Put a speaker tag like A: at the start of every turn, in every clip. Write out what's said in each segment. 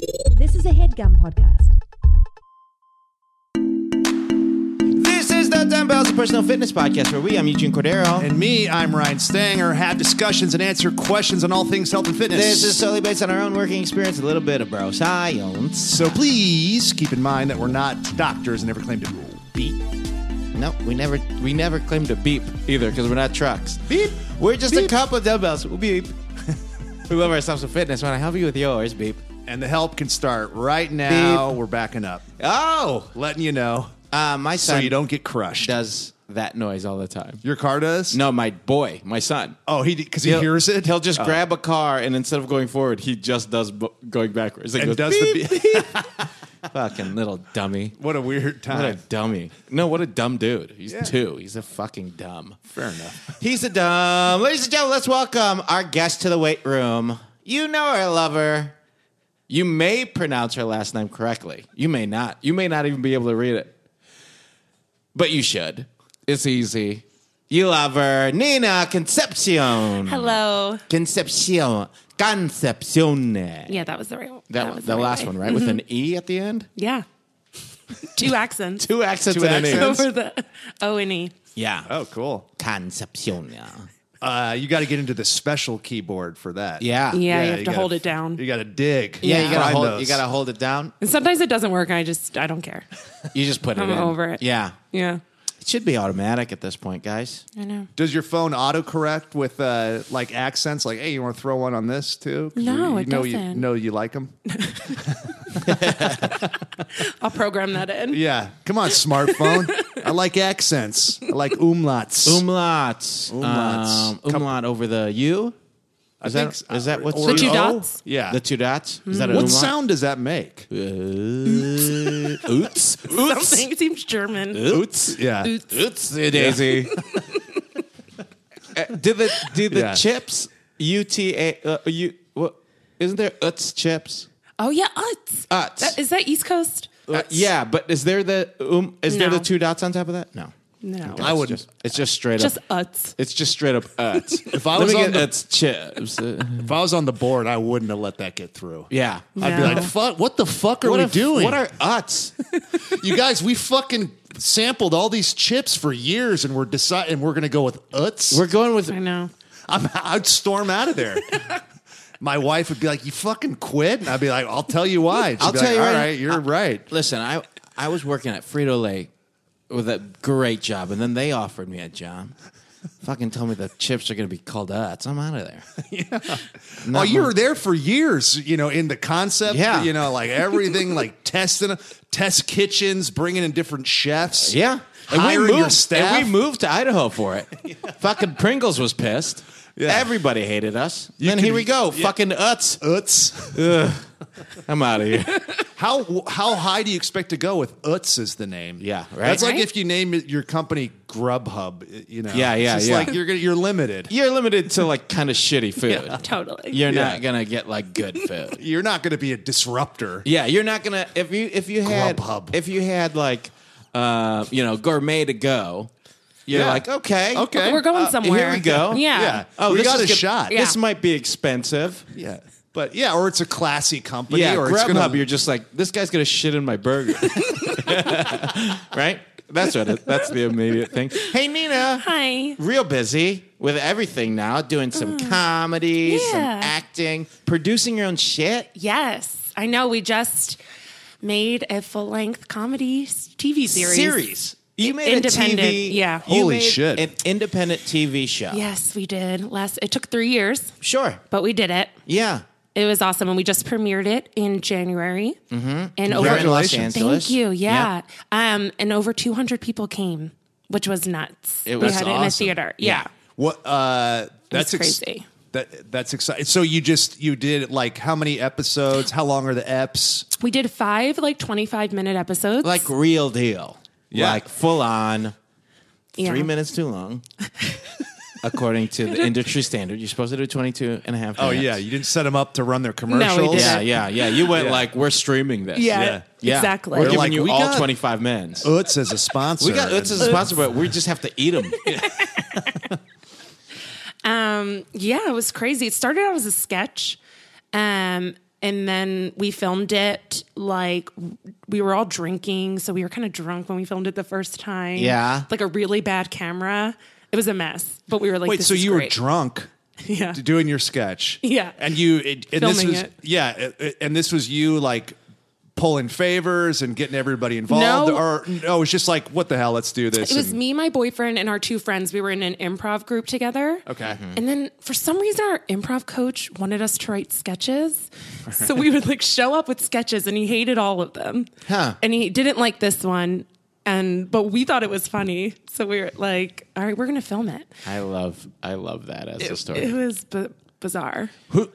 A: a headgum podcast.
B: This is the Dumbbells of Personal Fitness Podcast, where we, I'm Eugene Cordero.
C: And me, I'm Ryan Stanger, have discussions and answer questions on all things health and fitness.
B: this is solely based on our own working experience, a little bit of bro science.
C: so please keep in mind that we're not doctors and never claim to
B: Beep. No, we never we never claim to beep either because we're not trucks.
C: Beep.
B: We're just a
C: Beep.
B: couple of dumbbells. We'll beep. we love ourselves some fitness. Want to help you with yours? Beep.
C: And the help can start right now. We're backing up,
B: Oh,
C: letting you know
B: uh, my
C: so
B: son
C: you don't get crushed.
B: does that noise all the time.
C: Your car does?
B: No, my boy, my son.
C: Oh, he because he
B: He'll-
C: hears it.
B: He'll just
C: Oh.
B: grab a car and instead of going forward, he just does b- going backwards. It
C: and
B: goes
C: does
B: beep.
C: the. Beep.
B: Fucking little dummy.
C: what a weird
B: What a
C: time.
B: dummy. No, what a dumb dude. He's
C: Yeah.
B: two. He's a fucking dumb.
C: Fair enough.
B: He's a dumb. Ladies and gentlemen, let's welcome our guest to the weight room. You know her, lover. You may pronounce her last name correctly. You may not. You may not even be able to read it. But you should. It's easy. You love her. Nina Concepcion.
D: Hello.
B: Concepcion. Concepcion.
D: Yeah, that was the right one.
B: That,
D: was
B: the,
D: right
B: last
D: way. Mm-hmm.
B: one, right? With an E at the end?
D: Yeah. Two accents
B: Two accents
C: Two
B: and an
C: accents?
B: E.
D: over the O and E.
B: Yeah.
C: Oh, cool.
B: Concepcion.
C: Uh, you got to get into the special keyboard for that.
B: Ah, Yeah.
D: Yeah, you have
C: you
D: to
C: gotta-
D: hold it down.
C: You got to dig.
B: Yeah, you gotta
C: Find
B: hold.
C: those.
B: You gotta hold it down.
D: And sometimes it doesn't work. And I just I don't care.
B: You just put it.
D: I'm
B: in.
D: over it.
B: Yeah,
D: Yeah,
B: it should be automatic at this point, guys.
D: I know.
C: Does your phone autocorrect with uh, like accents? Like, hey, you want to throw one on this too? 'Cause
D: No,
C: you, you
D: it
C: know You
D: doesn't.
C: know you like them.
D: I'll program that in.
C: yeah, come on, smartphone. I like accents. I like umlauts.
B: Umlauts.
C: Umlauts.
B: Um, umlaut over the U. Is
C: think
B: that is
C: so.
B: that what's
C: Or
D: The two
C: O?
D: dots?
C: Yeah.
B: The two dots. Is that an
C: what
B: umlaut?
C: sound does that make?
B: Uh, oots. Oots.
D: Something it seems German.
B: Oots.
C: Yeah.
B: Oots. Daisy. Uh, do the do the
C: Yeah.
B: chips? U T A. Uh, U. What? Isn't there oots chips?
D: Oh yeah, Utz.
B: Utz.
D: That, is that East Coast?
B: Uh, yeah, but is there the um? Is there
D: No.
B: the two dots on top of that? No.
D: No,
C: I
B: It's
C: wouldn't.
B: just- it's just straight
D: just
B: up.
D: Utz.
B: It's just straight up uh, uts. if
C: I was on the-
B: uts chips, uh,
C: If I was on the board, I wouldn't have let that get through.
B: yeah.
C: I'd be
D: No.
C: like, "Fuck! What the fuck are
B: What
C: we
B: if-
C: doing?
B: What are uts?
C: you guys? We fucking sampled all these chips for years, and we're deciding we're gonna go with uts.
B: We're going with
D: I know.
C: I'm, I'd storm out of there. My wife would be like, "You fucking quit," and I'd be like, "I'll tell you why." She'd
B: I'll
C: be
B: tell
C: like,
B: you
C: All
B: right-
C: right, you're right.
B: Listen, I I was working at Frito Lay with a great job, and then they offered me a job. Fucking told me the chips are going to be called uts. I'm out of there.
C: Oh, you were there for years, you know, in the concept.
B: Yeah.
C: you know, like everything, like testing, test kitchens, bringing in different chefs.
B: Yeah. And we,
C: Hiring
B: moved,
C: your staff?
B: and we moved to Idaho for it. Fucking Pringles was pissed.
C: Yeah.
B: Everybody hated us. then
C: could-
B: here we go.
C: yeah.
B: Fucking uts.
C: Uts.
B: I'm out of here.
C: How how high do you expect to go with Uts is the name?
B: Yeah, right.
C: That's like
D: Right?
C: if you name it- your company Grubhub. You know.
B: Yeah, yeah,
C: It's just
B: yeah.
C: Like you're gonna, you're limited.
B: You're limited to like kind of shitty food.
D: Totally.
B: You're
C: Yeah.
B: not gonna get like good food.
C: You're not gonna be a disruptor.
B: yeah, you're not gonna if you if you had
C: Grubhub.
B: if you had like uh, you know gourmet to go. You're
C: Yeah.
B: like okay,
C: Okay.
D: We're going
B: uh,
D: somewhere.
B: Here we go.
D: Yeah.
C: Yeah.
B: Oh,
C: we
B: this
C: got
B: is
C: a
B: gonna-
C: shot.
D: Yeah.
B: This might be expensive.
C: Yeah. But yeah, or it's a classy company,
B: yeah,
C: or it's
B: Grubhub.
C: gonna
B: You're just like this guy's gonna shit in my burger, right? That's what. It, that's the immediate thing. Hey, Nina.
D: Hi.
B: real busy with everything now, doing some comedy, some
D: Mm. yeah.
B: acting, producing your own shit.
D: Yes, I know. We just made a full length comedy s- TV series.
B: You made a
D: Independent,
B: TV.
D: yeah.
B: you
C: Holy
B: made
C: shit.
B: An independent TV show.
D: Yes, we did. Last it took three years,
B: Sure.
D: but we did it.
B: Yeah.
D: It was awesome, and we just premiered it in January. Mm-hmm. And
B: We're in
D: over,
B: Los
C: Congratulations.
B: Angeles.
D: thank you, yeah. Um, and over two hundred people came, which was nuts.
B: It
D: we
B: was
D: had it in a
B: awesome.
D: theater. Yeah,
C: What uh that's ex-
D: crazy.
C: that that's exciting. So you just you did like how many episodes? How long are the eps?
D: we did five like twenty five minute episodes.
B: Like real deal.
C: Yeah.
B: Like full on.
D: Yeah.
B: Three minutes too long. According to the industry standard, you're supposed to do 22 and a half
C: Oh
B: minutes.
C: yeah, you didn't set them up to run their
D: we
C: commercials.
D: didn't.
B: Yeah, yeah, yeah. You went
C: Yeah.
B: like, we're streaming this.
D: Yeah,
C: Yeah.
B: Yeah.
D: exactly.
B: We're
C: They're
B: giving
C: like,
B: you
C: we
B: all
C: got-
B: 25 minutes.
C: Uts as a sponsor.
B: we got Utz as a
C: And-
B: sponsor, but we just have to eat them.
D: Um, yeah, it was crazy. It started out as a sketch, um, and and then we filmed it like we were all drinking, so we were kind of drunk when we filmed it the first time.
B: Yeah.
D: like a really bad camera. It was a mess, but we were like,
C: Wait,
D: this
C: so
D: is
C: you were
D: great.
C: drunk
D: Yeah,
C: d- doing your sketch?
D: Yeah.
C: and you it, and this
D: Filming
C: was
D: it.
C: yeah, it- it- and this was you like pulling favors and getting everybody involved,
D: No.
C: or no, it's just like what the hell? Let's do this.
D: it was
C: and-
D: me, my boyfriend, and our two friends. We were in an improv group together.
C: Okay.
D: And then for some reason, our improv coach wanted us to write sketches. So we would like show up with sketches and he hated all of them.
B: Huh.
D: And he didn't like this one. And, but we thought it was funny. So we were like, all right, we're going to film it.
B: I love I love that as a
D: It
B: story.
D: was b- bizarre.
C: Who,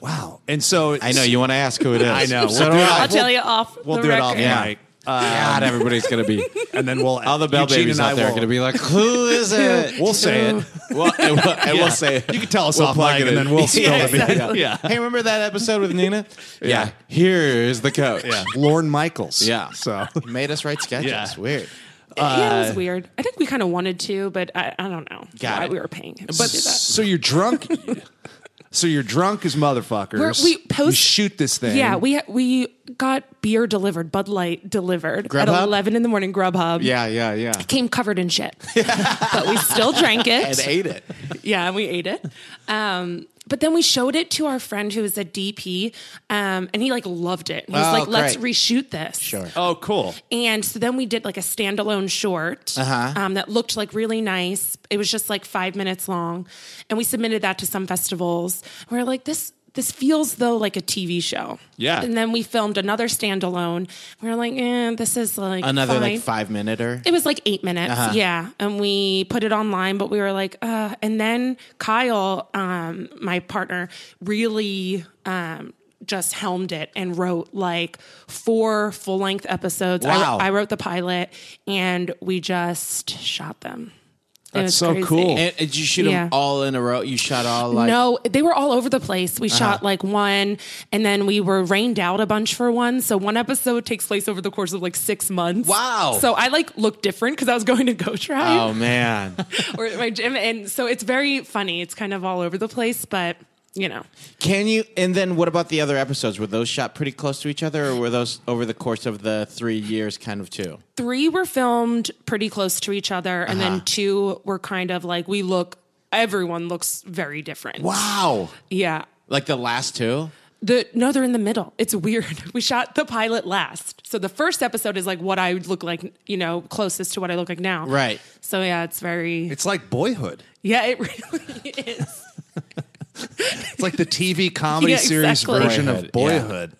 C: wow, and so
B: I know you want to ask who it is.
C: I know.
B: So
C: Oh,
B: do
C: We'll do it
B: I.
D: I'll tell you off
C: We'll
D: the
C: do it Uh,
D: record.
C: off
B: Yeah.
C: mic,
B: God, everybody's gonna be
C: and then we'll
B: all the bell
C: Eugene
B: babies
C: and I
B: out there are
C: will-
B: gonna be like, who is it?
C: We'll say it.
B: well, I will, I will say it.
C: You can tell us
B: We'll
C: off
B: plug
C: mic,
B: it
C: and
B: in.
C: then we'll spill
B: yeah,
C: the beer.
B: exactly.
C: Yeah.
B: Hey, remember that episode with Nina? Yeah.
C: Yeah.
B: Here is the coach.
C: Yeah, Lorne Michaels.
B: Yeah.
C: so
B: He made us write sketches.
C: Yeah.
B: Weird.
D: yeah,
C: Uh,
D: it was weird. I think we kind of wanted to, but I, I don't know
B: Got
D: why
B: it.
D: we were paying him.
C: But
D: to do that.
C: so you're drunk. so you're drunk as motherfuckers.
D: We're- we post-
C: You shoot this thing.
D: Yeah, we we got beer delivered, Bud Light delivered
B: Grubhub?
D: at eleven in the morning. Grubhub.
B: Yeah, yeah, yeah.
D: came covered in shit, but we still drank
B: And
D: it.
B: ate it.
D: Yeah, and we ate it. Um, but then we showed it to our friend who was a DP, um, and he like loved it. He was
B: Oh,
D: like, "Let's
B: great.
D: reshoot this."
B: Sure.
C: Oh, cool.
D: And so then we did like a standalone short
B: Uh-huh.
D: um, that looked like really nice. It was just like five minutes long, and we submitted that to some festivals. We are like, this this feels though like a TV show.
C: Yeah.
D: And then we filmed another standalone. We are like, eh, this is like
B: Another
D: fine.
B: like five minute or
D: It was like eight minutes,
B: Uh-huh.
D: yeah. And we put it online, but we were like, uh. And then Kyle, um, my partner, really um, just helmed it and wrote like four full length episodes. I-
B: Wow.
D: I, wrote the pilot and we just shot them. It
C: That's
D: was
C: so cool.
B: And, and you shoot them
D: Yeah.
B: all in a row. You shot all like Uh-huh.
D: no, they were all over the place. We shot like one, and then we were rained out a bunch for one. So one episode takes place over the course of like six months.
B: Wow.
D: So I like looked different because I was going to go try
B: Oh man.
D: or at my gym, and so it's very funny. It's kind of all over the place, but you know,
B: Can you? And then what about the other episodes? Were those shot pretty close to each other, or were those over the course of the three years, kind of too?
D: three were filmed pretty close to each other, and
B: Uh-huh.
D: then two were kind of like we look. Everyone looks very different.
B: Wow.
D: Yeah.
B: Like the last two.
D: The no, they're in the middle. It's weird. We shot the pilot last, so the first episode is like what I look like, you know, closest to what I look like now.
B: Right.
D: So yeah, it's very.
C: It's like Boyhood.
D: yeah, it really is.
C: It's like the TV comedy
D: Yeah,
C: series
D: exactly.
C: version
B: Boyhood,
C: of
B: yeah.
C: Boyhood.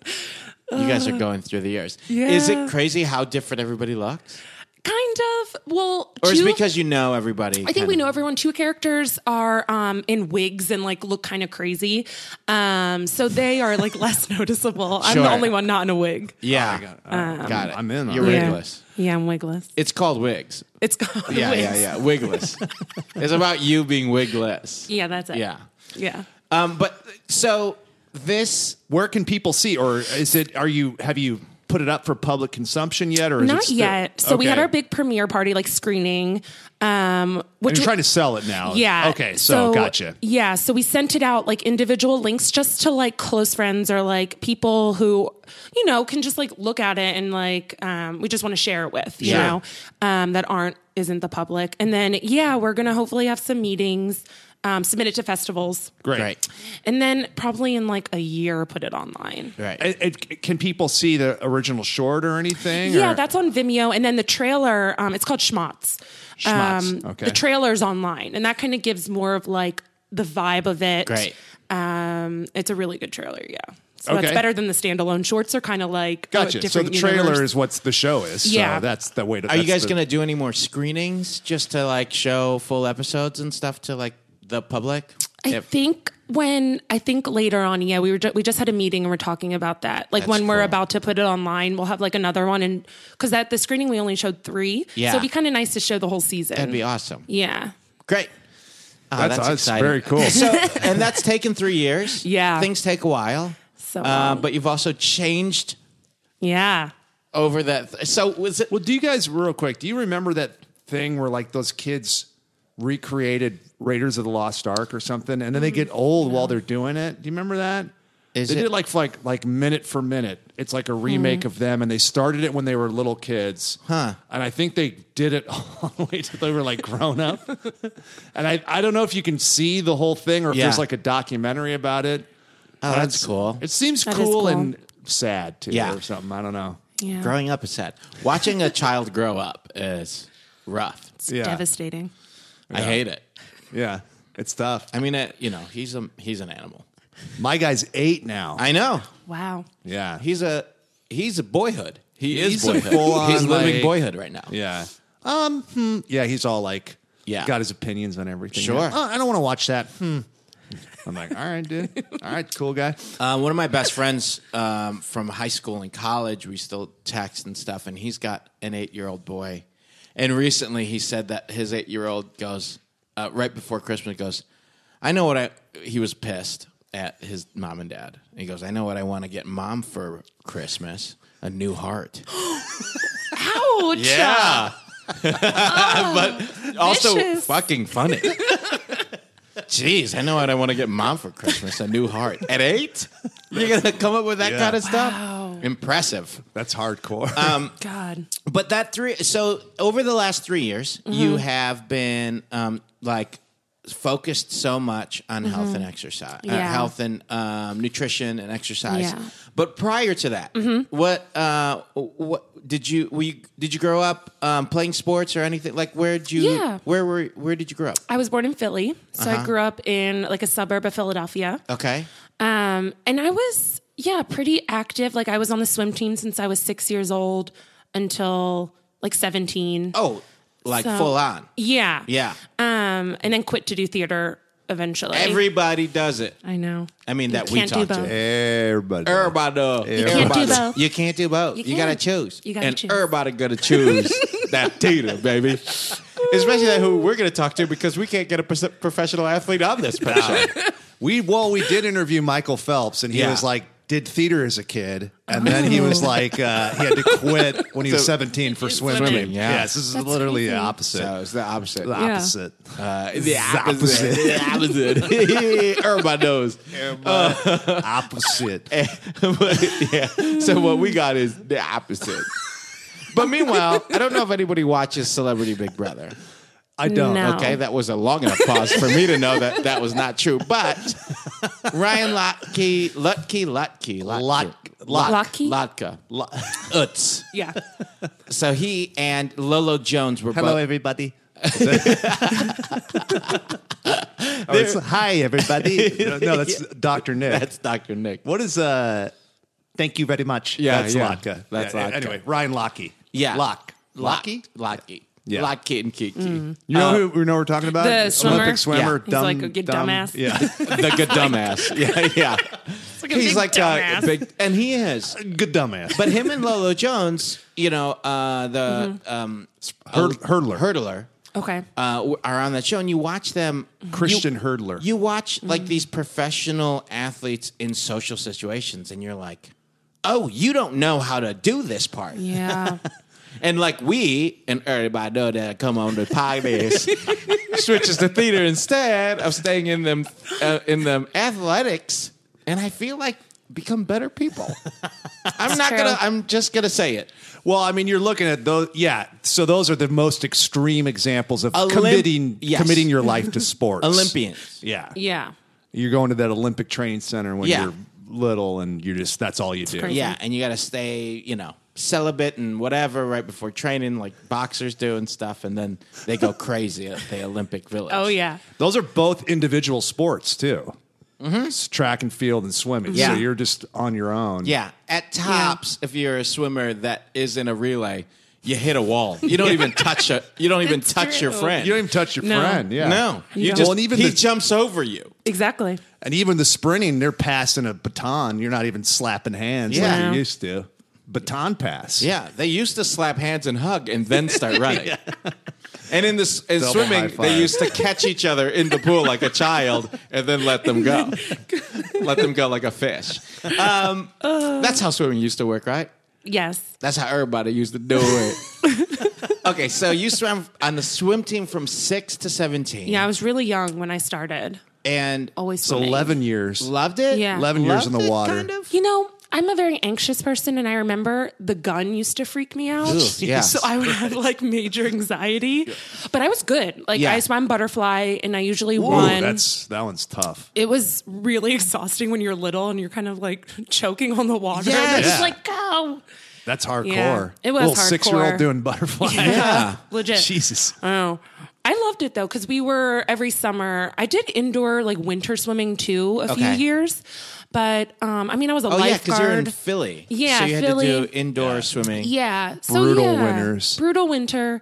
B: You guys are going through the years. Is
D: Uh, yeah.
B: it crazy how different everybody looks,
D: Kind of. Well,
B: or is it
D: two-
B: because you know everybody?
D: I think we know everyone. Two characters are um, in wigs and like look kind of crazy, um, so they are like less noticeable. I'm
B: Sure.
D: the only one not in a wig.
B: Yeah, Oh, got it.
C: I'm in on
B: You're
C: it.
D: Um, Yeah.
B: wigless.
D: Yeah, I'm wigless.
B: It's called wigs.
D: It's called
B: Yeah,
D: wigs.
B: yeah, yeah. Wigless. it's about you being wigless.
D: Yeah, that's it.
B: Yeah.
D: yeah.
B: Um, but so this
C: Where can people see, or is it? Are you? Have you put it up for public consumption yet, or is it
D: Not
C: still-
D: yet. So we
C: Okay.
D: had our big premiere party, like screening, um, which
C: You're trying to sell it now.
D: Yeah.
C: Okay. So, gotcha.
D: Yeah. So we sent it out like individual links just to like close friends or like people who, you know, can just like look at it and like um, we just want to share it with, you
B: Sure.
D: know, um, that aren't isn't the public. And then yeah, we're gonna hopefully have some meetings, um, submit it to festivals.
C: Great.
B: Right.
D: And then probably in like a year put it online.
B: Right.
C: It, it- can people see the original short or anything?
D: Yeah,
C: or-
D: that's on Vimeo. And then the trailer, um, it's called Schmatz.
C: Schmatz, okay.
D: um, The trailer's online, and that kind of gives more of like the vibe of it.
B: Great.
D: Um, it's a really good trailer, yeah. So
C: Okay.
D: that's better than the standalone shorts are kind of like oh,
C: Gotcha. So the
D: different
C: trailer
D: universe.
C: is what the show is.
D: Yeah.
C: So that's the way to.
B: Are you guys
C: the,
B: gonna do any more screenings just to like show full episodes and stuff to like the public?
D: I
B: If-
D: think when I think later on, yeah, we were ju- we just had a meeting and we're talking about that. Like when we're
B: cool.
D: about to put it online, we'll have like another one, and because at the screening we only showed three,
B: Yeah.
D: so it'd be kind of nice to show the whole season.
B: that'd be awesome.
D: yeah,
B: Great. Oh,
C: That's, that's very cool.
B: So, and that's taken three years.
D: Yeah.
B: things take a while.
D: So,
B: uh,
D: um,
B: but you've also changed
D: yeah.
B: over that. Th- so was it?
C: Well, do you guys real quick? Do you remember that thing where like those kids recreated Raiders of the Lost Ark or something, and then they get old while they're doing it? Do you remember that?
B: Mm-hmm. Is
C: they
B: it- Hmm.
C: did like like like minute for minute. It's like a remake of them, and they started it when they were little kids.
B: Huh.
C: And I think they did it all the way till they were like grown up. and I I don't know if you can see the whole thing or if
B: Yeah.
C: there's like a documentary about it.
B: Oh,
C: But
B: that's
C: it's-
B: cool.
C: It seems
D: That is
C: cool,
D: cool.
C: and sad too,
B: Yeah.
C: or something. I don't know.
D: Yeah.
B: Growing up is sad. Watching a child grow up is rough.
D: It's
C: Yeah.
D: devastating.
B: I hate it.
C: Yeah, it's tough.
B: I mean, it, you know, he's a he's an animal.
C: My guy's eight now.
B: I know.
D: Wow.
C: yeah,
B: He's a he's a boyhood. He is
C: He's a
B: boyhood.
C: full-on,
B: he's living
C: like-
B: boyhood right now.
C: Yeah. Um. hmm, Yeah. He's all like.
B: Yeah.
C: Got his opinions on everything.
B: Sure.
C: "Oh, I don't want to watch that. Hmm. I'm like, all right, dude. All right, cool guy.
B: Uh, one of my best friends um, from high school and college, we still text and stuff, and he's got an eight year old boy. And recently he said that his eight year old goes, uh, right before Christmas, goes, I know what I, he was pissed at his mom and dad. And he goes, I know what I want to get mom for Christmas a new heart.
D: Ouch.
C: Ah.
B: but also
D: vicious.
B: fucking funny. Jeez, I know what I want to get mom for Christmas a new heart. At eight? You're going to come up with that
C: Yeah.
B: kind of stuff?
D: Wow.
B: Impressive.
C: That's hardcore.
B: Um,
D: God.
B: But that three, so over the last three years,
D: Mm-hmm.
B: you have been um, like focused so much on health and exercise, uh,
D: Mm-hmm. Yeah.
B: health and um, nutrition and exercise.
D: Yeah. Mm-hmm.
B: But prior to that, what uh, what did you were you did you grow up um, playing sports or anything? Like where did you
D: Yeah.
B: where were where did you grow up?
D: I was born in Philly, so
C: Uh-huh.
D: I grew up in like a suburb of Philadelphia.
B: Okay,
D: Um, and I was, yeah, pretty active. Like I was on the swim team since I was six years old until like 17.
B: oh, like
D: So-
B: full on,
D: Yeah.
B: yeah.
D: Um, and then quit to do theater eventually.
B: Everybody does it.
D: I know.
B: I mean that we
D: can't do
B: talk to.
D: both.
C: Everybody.
B: Everybody, you
D: can't do both.
B: You can't do both. You, gotta
D: can't.
B: choose.
D: You gotta
B: and
D: choose.
B: everybody gotta choose that theater, baby. Especially that who we're gonna talk to because we can't get a pers- professional athlete on this picture.
C: we well, we did interview Michael Phelps, and he
B: Yeah.
C: was like, did theater as a kid, and then he was like, uh, he had to quit when he was
B: So-
C: 17 for swimming.
D: Swimming,
B: yeah.
C: Yes, this is
D: That's
C: literally the
D: crazy.
C: opposite.
B: so it's the opposite.
C: the
D: Yeah.
C: opposite.
B: Uh, the opposite. The opposite. everybody knows.
C: opposite.
B: But, yeah. So what we got is the opposite. But meanwhile, I don't know if anybody watches Celebrity Big Brother.
C: I don't.
D: No.
B: Okay, that was a long enough pause for me to know that that was not true. But Ryan Lotke, Lutke, Lutke, Lotke,
C: Lot-
D: Lotke?
B: Lotka, Utz.
D: Yeah.
B: So he and Lolo Jones were
C: Hello,
B: both.
C: everybody. Oh, it's, hi, everybody. No, no, that's Dr. Nick.
B: That's Dr. Nick.
C: what is, uh, thank you very much.
B: Yeah,
C: that's
B: yeah.
C: Lotka.
B: That's
C: yeah,
B: Lotka.
C: Anyway, Ryan Locke.
B: Yeah,
C: Lock.
B: Lotke, Lotke,
C: Yeah.
B: Lotke and Kiki,
D: Mm-hmm.
B: Uh,
C: You know who we know we're talking about?
D: The swimmer?
C: Olympic swimmer.
B: Yeah.
D: He's
C: Dumb,
D: like, "You
C: dumb-
D: dumbass."
C: Yeah.
B: the good dumbass. Yeah, yeah.
D: like a
B: He's
D: big
B: like
D: dumbass.
B: Uh, big, and he is.
C: Good dumbass.
B: But him and Lolo Jones, you know, uh, the
D: Mm-hmm.
B: um,
C: Hurd- hurdler.
B: hurdler.
D: Okay.
B: uh, w- are on that show, and you watch them.
C: Christian
B: you,
C: hurdler.
B: You watch like
D: Mm-hmm.
B: these professional athletes in social situations, and you're like, "Oh, you don't know how to do this part."
D: Yeah.
B: And like we and everybody know that come on the podcast switches to theater instead of staying in them uh, in them athletics, and I feel like become better people. I'm not
D: true.
B: gonna. I'm just gonna say it.
C: well, I mean, you're looking at those. Yeah. So those are the most extreme examples of
B: Olymp-
C: committing
B: Yes.
C: committing your life to sports.
B: Olympians.
C: Yeah.
D: yeah.
C: You're going to that Olympic training center when
B: Yeah.
C: you're little, and you're just that's all you do.
D: crazy.
B: Yeah, and you got to stay, you know, celibate and whatever right before training, like boxers do and stuff, and then they go crazy at the Olympic Village.
D: Oh yeah.
C: Those are both individual sports too. It's track and field and swimming.
B: Mm-hmm. Yeah.
C: So you're just on your own.
B: Yeah, at tops, if you're a swimmer that is in a relay, you hit a wall. You don't even touch a. You don't even
D: It's
B: touch your
D: true.
B: friend.
C: You don't even touch your
D: No.
C: friend. Yeah.
B: no, you
D: Yeah.
B: just
C: Well, and even
B: he
C: the-
B: jumps over you.
D: Exactly.
C: And even the sprinting, they're passing a baton. You're not even slapping hands
B: Yeah.
C: like
D: No.
C: you used to. Baton pass.
B: Yeah, they used to slap hands and hug and then start running. And in this in
C: Double high
B: swimming,
C: five.
B: they used to catch each other in the pool like a child and then let them go. let them go like a fish. Um, that's how swimming used to work, right?
D: Yes.
B: That's how everybody used to do it. okay, so you swam on the swim team from six to seventeen.
D: Yeah. I was really young when I started.
B: and
D: Always
C: So
D: swimming.
C: eleven years.
B: loved it.
D: Yeah.
C: 11 years
B: Loved
C: in the
B: it,
C: water.
B: Kind of.
D: You know, I'm a very anxious person, and I remember the gun used to freak me out.
B: yeah.
D: So I would have like major anxiety, but I was good. Like
B: Yeah.
D: I swam butterfly, and I usually
C: Ooh,
D: won.
C: that's that one's tough.
D: it was really exhausting when you're little and you're kind of like choking on the water.
B: Yes.
D: And it's
C: Yeah.
D: just like go.
C: That's hardcore.
D: it was
C: Little
D: hardcore.
C: six-year-old doing butterfly.
B: Yeah.
D: Legit.
C: Jesus.
D: Oh. I loved it though because we were every summer. I did indoor like winter swimming too a few
B: Okay.
D: years, but um, I mean I was a
B: Oh yeah, because
D: lifeguard.
B: you're in Philly.
D: Yeah,
B: so you had to
D: Philly.
B: do indoor swimming.
D: yeah, so
C: Brutal
D: yeah.
C: winters.
D: brutal winter.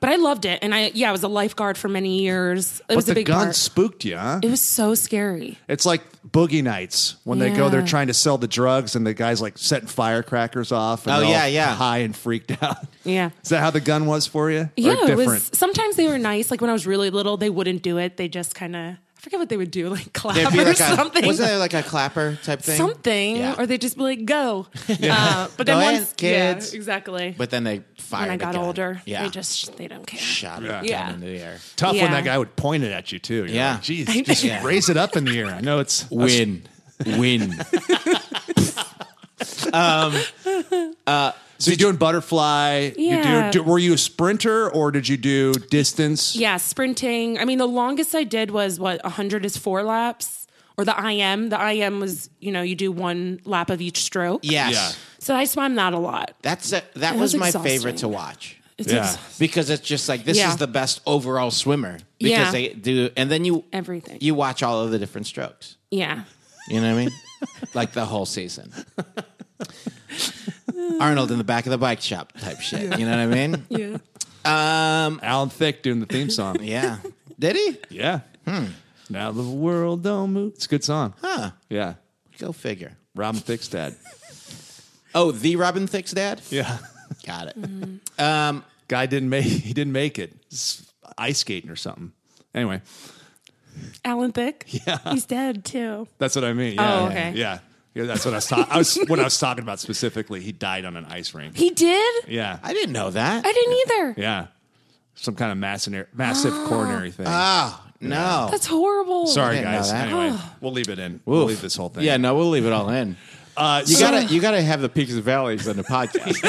D: But I loved it, and I yeah I was a lifeguard for many years. It was
C: But
D: a
C: the
D: big
C: gun
D: part.
C: spooked you, huh?
D: it was so scary.
C: It's like boogie nights when they go, they're
D: Yeah.
C: trying to sell the drugs, and the guy's like setting firecrackers off. And
B: Oh,
C: they're
B: yeah,
C: all
B: yeah.
C: High and freaked out.
D: Yeah.
C: Is that how the gun was for you?
D: Yeah,
C: or
D: it
C: different?
D: was. Sometimes they were nice. Like when I was really little, they wouldn't do it. They just kind of I forget what they would do, like clap
B: There'd
D: or
B: be like
D: something.
B: a, wasn't there like a clapper type thing?
D: something,
B: Yeah.
D: or they just be like go. Uh, but then
B: Go in,
D: once yeah,
B: kids.
D: exactly.
B: But then they fired.
D: when I got
B: a gun.
D: older,
B: yeah,
D: they just they don't care.
B: shot it down
D: Yeah.
B: into the air.
C: tough when
D: Yeah.
C: that guy would point it at you too. You're
B: Yeah.
C: like, jeez,
D: I
C: just
D: know.
B: Yeah.
C: raise it up in the air. I know it's
B: Win, win.
C: So you're doing butterfly.
D: Yeah.
C: You do, do, were you a sprinter or did you do distance?
D: Yeah, sprinting. I mean, the longest I did was what 100 is four laps, or the IM. The IM was you know you do one lap of each stroke.
B: Yes,
C: Yeah.
D: So I swam that a lot.
B: that's a, that
D: It
B: was,
D: was
B: my
D: exhausting.
B: favorite to watch
D: It's
C: Yeah.
D: exhausting.
B: because it's just like this
D: Yeah.
B: is the best overall swimmer because
D: Yeah.
B: they do, and then you
D: Everything.
B: you watch all of the different strokes.
D: yeah.
B: You know what I mean? like the whole season. Arnold in the back of the bike shop type shit. You know what I mean?
D: Yeah.
C: Alan Thicke doing the theme song.
B: Yeah. Did he?
C: yeah. Now the world don't move. It's a good song.
B: Huh.
C: Yeah.
B: Go figure.
C: Robin Thicke's dad.
B: Oh, the Robin Thicke's dad?
C: Yeah.
B: Got it.
D: Mm-hmm.
C: Guy didn't make he didn't make it. He's ice skating or something. Anyway,
D: Alan Thicke. Yeah. He's dead too.
C: that's what I mean. Yeah.
D: Oh, okay.
C: Yeah. Yeah, that's what I was talking. I was what I was talking about specifically. He died on an ice rink.
D: He did.
C: Yeah,
B: I didn't know that.
D: I didn't either.
C: yeah, some kind of massive, massive coronary thing.
B: oh, no.
D: That's horrible.
C: Sorry,
B: didn't know
C: guys.
B: that.
C: Anyway, we'll leave it in.
B: Oof.
C: We'll leave this whole thing.
B: Yeah, no, we'll leave it all in.
C: Uh,
B: You
C: so-
B: gotta you gotta have the peaks and valleys on the podcast.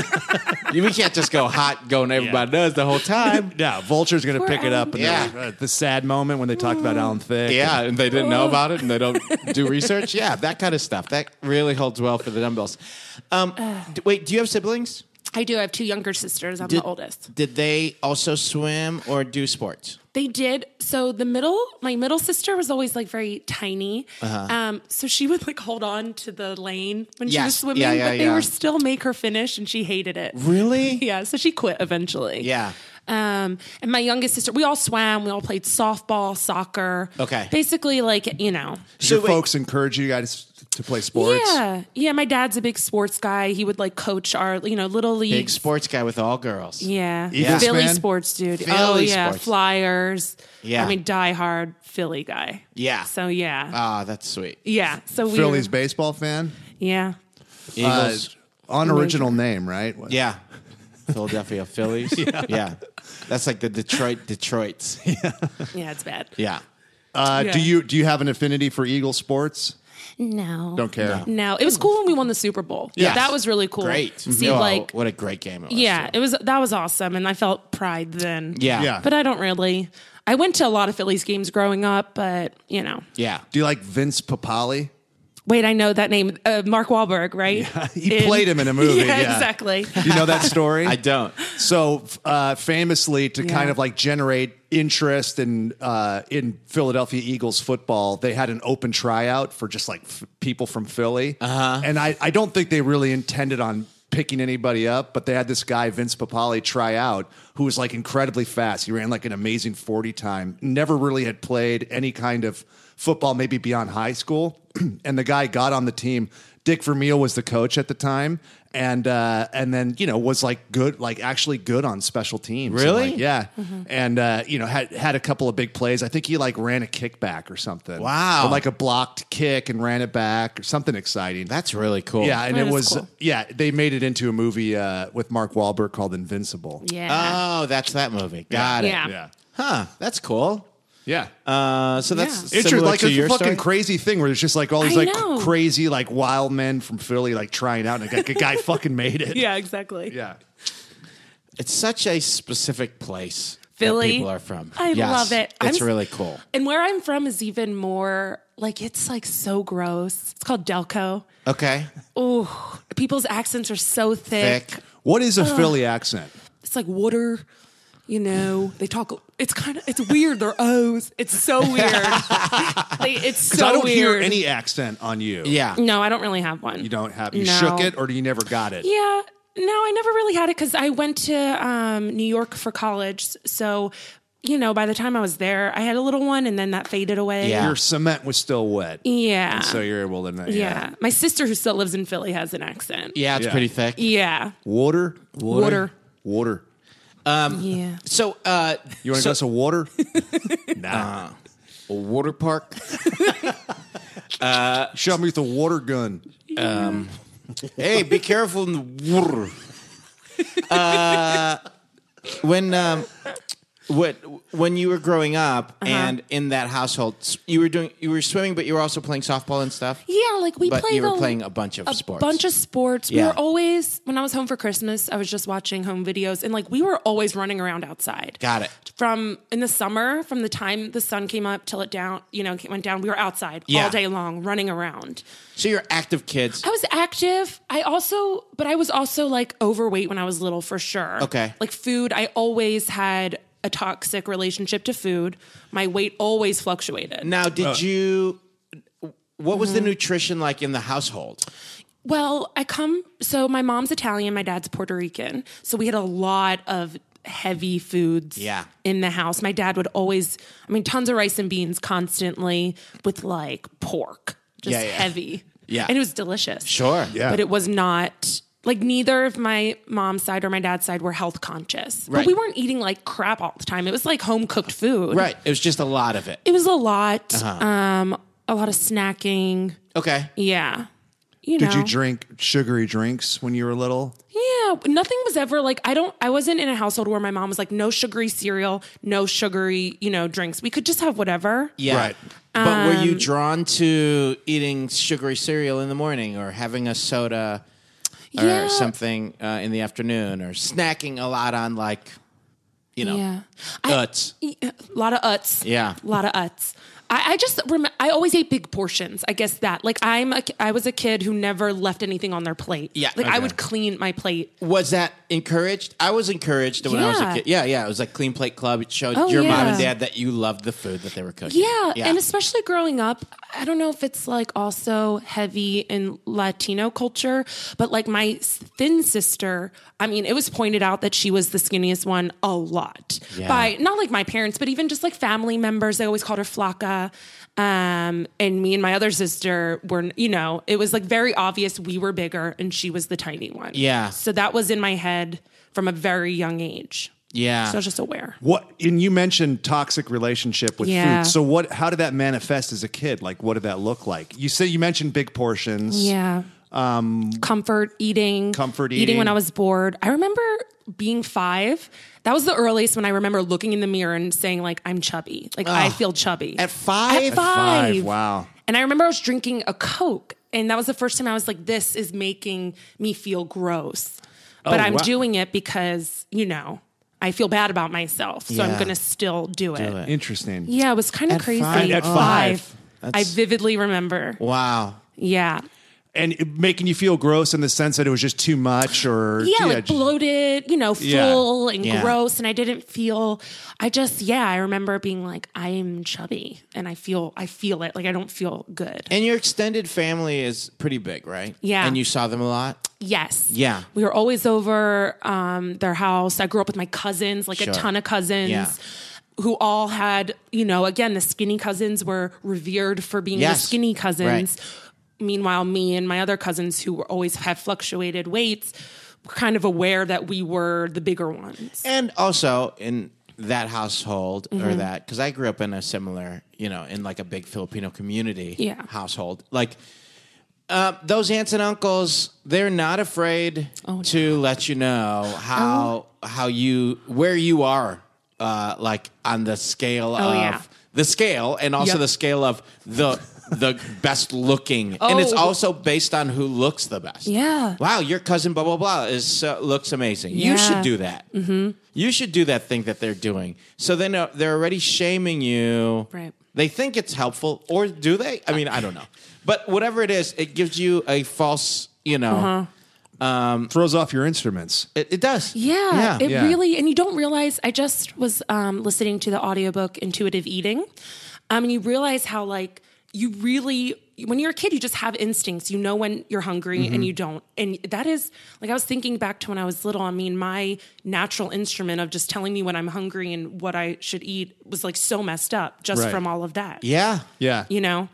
B: You- we can't just go hot going everybody does the whole time.
C: Yeah, Vulture's gonna
D: Poor
C: pick it up. And
B: Alan.
C: they're like, uh, the sad moment when they talk about Alan Thicke.
B: Yeah, and they didn't know about it and they don't do research. Yeah, that kind of stuff. That really holds well for the dumbbells. Um, d- wait, do you have siblings?
D: I do. I have two younger sisters. I'm the oldest.
B: Did they also swim or do sports?
D: They did. So the middle, my middle sister was always like very tiny. Um, so she would like hold on to the lane when she
B: Uh-huh. Yes.
D: was swimming,
B: Yeah, yeah,
D: but they
B: yeah.
D: were still make her finish, and she hated it.
B: Really?
D: Yeah. So she quit eventually.
B: Yeah.
D: Um, and my youngest sister, we all swam. We all played softball, soccer.
B: Okay.
D: Basically, like you know.
C: Did your
B: So wait-
C: folks encourage you guys to play sports.
D: Yeah. Yeah. My dad's a big sports guy. He would like coach our you know little league.
B: Big sports guy with all girls.
D: Yeah.
C: Eagles
D: Philly
C: fan?
D: sports dude.
B: Philly
D: oh yeah,
B: sports.
D: Flyers.
B: Yeah.
D: I mean die hard Philly guy.
B: Yeah.
D: So yeah.
B: Ah, that's sweet.
D: yeah. So we
C: Phillies baseball fan.
D: Yeah.
B: Eagles.
C: Uh, unoriginal name, right?
B: yeah. Philadelphia Phillies. yeah. That's like the Detroit Detroits.
D: Yeah, it's bad.
B: Yeah.
C: Uh, Do
D: Yeah.
C: you do you have an affinity for Eagle sports?
D: No.
C: Don't care.
D: No. It was cool when we won the Super Bowl.
C: Yes.
D: Yeah. That was really cool.
B: Great.
D: See
B: Oh,
D: like
B: what a great game it was.
D: Yeah,
B: too.
D: it was that was awesome and I felt pride then.
B: Yeah.
C: Yeah.
D: But I don't really I went to a lot of Phillies games growing up, but you know.
B: Yeah.
C: Do you like Vince Papali?
D: Wait, I know that name. Uh, Mark Wahlberg, right?
C: He played him in a movie.
D: yeah,
C: yeah.
D: exactly.
C: Do you know that story?
B: I don't.
C: So f- uh, famously, to kind of like generate interest in uh, in Philadelphia Eagles football, they had an open tryout for just like f- people from Philly, uh-huh. and I I don't think they really intended on picking anybody up, but they had this guy Vince Papali try out who was like incredibly fast. He ran like an amazing forty time. Never really had played any kind of football, maybe beyond high school, and the guy got on the team. Dick Vermeil was the coach at the time, and uh, and then you know was like good, like actually good on special teams. And,
B: Really?
C: like, yeah.
D: Mm-hmm.
C: And uh, you know had had a couple of big plays. I think he like ran a kickback or something.
B: Wow.
C: or like a blocked kick and ran it back or something exciting.
B: That's really cool.
C: yeah, and
D: That
C: it
D: is
C: was
D: cool.
C: yeah. They made it into a movie uh, with Mark Wahlberg called Invincible.
B: Uh,
D: Yeah.
B: Oh, that's that movie. Got it.
D: Yeah.
C: yeah.
B: Huh. That's cool.
C: Yeah.
B: Uh, so that's
D: Yeah.
C: It's
B: similar
C: like
B: to
C: a
B: your
C: fucking
B: story?
C: crazy thing where there's just like all these
D: I
C: like
D: know.
C: crazy like wild men from Philly like trying out and like, a guy fucking made it.
D: Yeah, exactly.
C: Yeah.
B: It's such a specific place
D: Philly.
B: that people are from.
D: I
B: Yes,
D: love it. I'm
B: It's
D: s-
B: really cool.
D: And where I'm from is even more like it's like so gross. It's called Delco.
B: Okay.
D: Ooh, people's accents are so thick.
B: Thick.
C: What is a Philly accent?
D: It's like water. You know, they talk. It's kind of it's weird. Their O's. It's so weird. they, it's so
C: I don't
D: weird.
C: hear any accent on you.
B: Yeah.
D: No, I don't really have one.
C: You don't have you
D: No.
C: shook it or you never got it.
D: Yeah. No, I never really had it because I went to um, New York for college. So, you know, by the time I was there, I had a little one and then that faded away.
B: Yeah.
C: Your cement was still wet.
D: Yeah.
C: So you're able to know. Yeah.
D: yeah. My sister, who still lives in Philly, has an accent.
B: Yeah, it's
C: Yeah.
B: pretty thick.
D: Yeah.
C: Water.
D: Water.
C: Water.
D: yeah.
B: So, uh,
C: You want a glass of water? Uh, nah.
B: a water park.
C: Shot me with a water gun.
B: hey, be careful in the water. Uh, when um, what when you were growing up and in that household, s- you were doing you were swimming, but you were also playing softball and stuff.
D: Yeah, like we
B: But
D: played
B: you were
D: a-
B: playing a bunch of
D: a
B: sports.
D: bunch of sports.
B: Yeah.
D: We were always when I was home for Christmas, I was just watching home videos and like we were always running around outside.
B: Got it.
D: From in the summer, from the time the sun came up till it down, you know, it went down, we were outside
B: Yeah.
D: all day long running around.
B: So you're active kids.
D: I was active. I also, but I was also like overweight when I was little for sure.
B: Okay.
D: Like food, I always had a toxic relationship to food. My weight always fluctuated.
B: Now, did you? What was the nutrition like in the household?
D: Well, I come, so my mom's Italian, my dad's Puerto Rican. So we had a lot of heavy foods
B: Yeah.
D: in the house. My dad would always, I mean, tons of rice and beans constantly with like pork, just
B: Yeah, yeah.
D: heavy.
B: Yeah.
D: And it was delicious.
B: Sure.
C: Yeah.
D: But it was not like neither of my mom's side or my dad's side were health conscious.
B: Right.
D: But we weren't eating like crap all the time. It was like home cooked food.
B: Right. Uh-huh. It was just a lot of it.
D: It was a lot, um, a lot of snacking.
B: Okay.
D: Yeah. You
C: Did
D: know.
C: you drink sugary drinks when you were little?
D: Yeah, nothing was ever like I don't I wasn't in a household where my mom was like no sugary cereal, no sugary, you know, drinks. We could just have whatever.
B: Yeah.
C: Right.
B: But were
D: Um,
B: you drawn to eating sugary cereal in the morning or having a soda or
D: Yeah.
B: something uh, in the afternoon or snacking a lot on like, you know,
D: Yeah. E,
B: nuts?
D: A lot of uts.
B: Yeah.
D: A lot of uts. I, I just rem- I always ate big portions. I guess that like I'm a ki- I was a kid who never left anything on their plate.
B: Yeah,
D: like
B: okay.
D: I would clean my plate.
B: was that encouraged? I was encouraged when I was a
D: Yeah.
B: kid. Yeah, yeah. It was like Clean Plate Club. It showed
D: Oh,
B: your mom and
D: yeah.
B: dad that you loved the food that they were cooking.
D: Yeah, and especially growing up, I don't know if it's like also heavy in Latino culture, but like my s- thin sister, I mean, it was pointed out that she was the skinniest one a lot
B: Yeah.
D: by not like my parents, but even just like family members. They always called her Flaca. Um, and me and my other sister were, you know, it was like very obvious we were bigger and she was the tiny one.
B: Yeah.
D: So that was in my head from a very young age.
B: yeah.
D: So I was just aware.
C: What and you mentioned toxic relationship with
D: Yeah.
C: food. So what how did that manifest as a kid? Like what did that look like? You said you mentioned big portions.
D: Yeah. Um, comfort eating.
C: Comfort
D: Eating when
C: eating.
D: I was bored. I remember being five. That was the earliest when I remember looking in the mirror and saying, like, I'm chubby. Like, I feel chubby.
B: At five?
D: At
B: At
D: five.
C: five, wow.
D: And I remember I was drinking a Coke. And that was the first time I was like, this is making me feel gross. But
C: Oh,
D: I'm
C: wow.
D: doing it because, you know, I feel bad about myself. So
B: Yeah.
D: I'm going to still do it.
C: Interesting.
D: Yeah, it was kind of crazy.
B: five?
C: At five.
D: I vividly remember.
B: wow.
D: Yeah.
C: And it making you feel gross in the sense that it was just too much or
D: yeah, like
C: just-
D: bloated, you know,
C: Yeah.
D: full and
B: Yeah.
D: gross. And I didn't feel, I just, yeah, I remember being like, I'm chubby and I feel, I feel it. Like I don't feel good.
B: And your extended family is pretty big, right?
D: Yeah.
B: And you saw them a lot?
D: yes.
B: Yeah.
D: We were always over um, their house. I grew up with my cousins, like
B: Sure.
D: a ton of cousins.
B: Yeah.
D: Who all had, you know, again, the skinny cousins were revered for being
B: Yes.
D: the skinny cousins. Meanwhile, me and my other cousins who were always have fluctuated weights were kind of aware that we were the bigger ones.
B: And also in that household
D: Mm-hmm.
B: or that because I grew up in a similar, you know, in like a big Filipino community
D: Yeah.
B: household. Like uh, those aunts and uncles, they're not afraid
D: Oh,
B: to let you know how how you where you are, uh, like on the scale of
D: Oh, yeah.
B: the scale and also
D: Yep.
B: the scale of the the best looking, and it's
D: Oh.
B: also based on who looks the best.
D: Yeah.
B: Wow, your cousin blah blah blah is so, looks amazing. You
D: Yeah.
B: should do that. Mm-hmm. You should do that thing that they're doing. So then uh, they're already shaming you.
D: Right.
B: They think it's helpful, or do they? I mean, I don't know. But whatever it is, it gives you a false. You know,
D: Uh-huh.
C: Throws off your instruments.
B: it, it does.
D: Yeah, it
C: Yeah.
D: really, and you don't realize. I just was um, listening to the audiobook Intuitive Eating, um, and you realize how, like, you really, when you're a kid, you just have instincts. You know when you're hungry
B: Mm-hmm.
D: and you don't. And that is, like, I was thinking back to when I was little. I mean, my natural instrument of just telling me when I'm hungry and what I should eat was, like, so messed up just
C: Right.
D: from all of that.
B: yeah.
C: Yeah.
D: You know?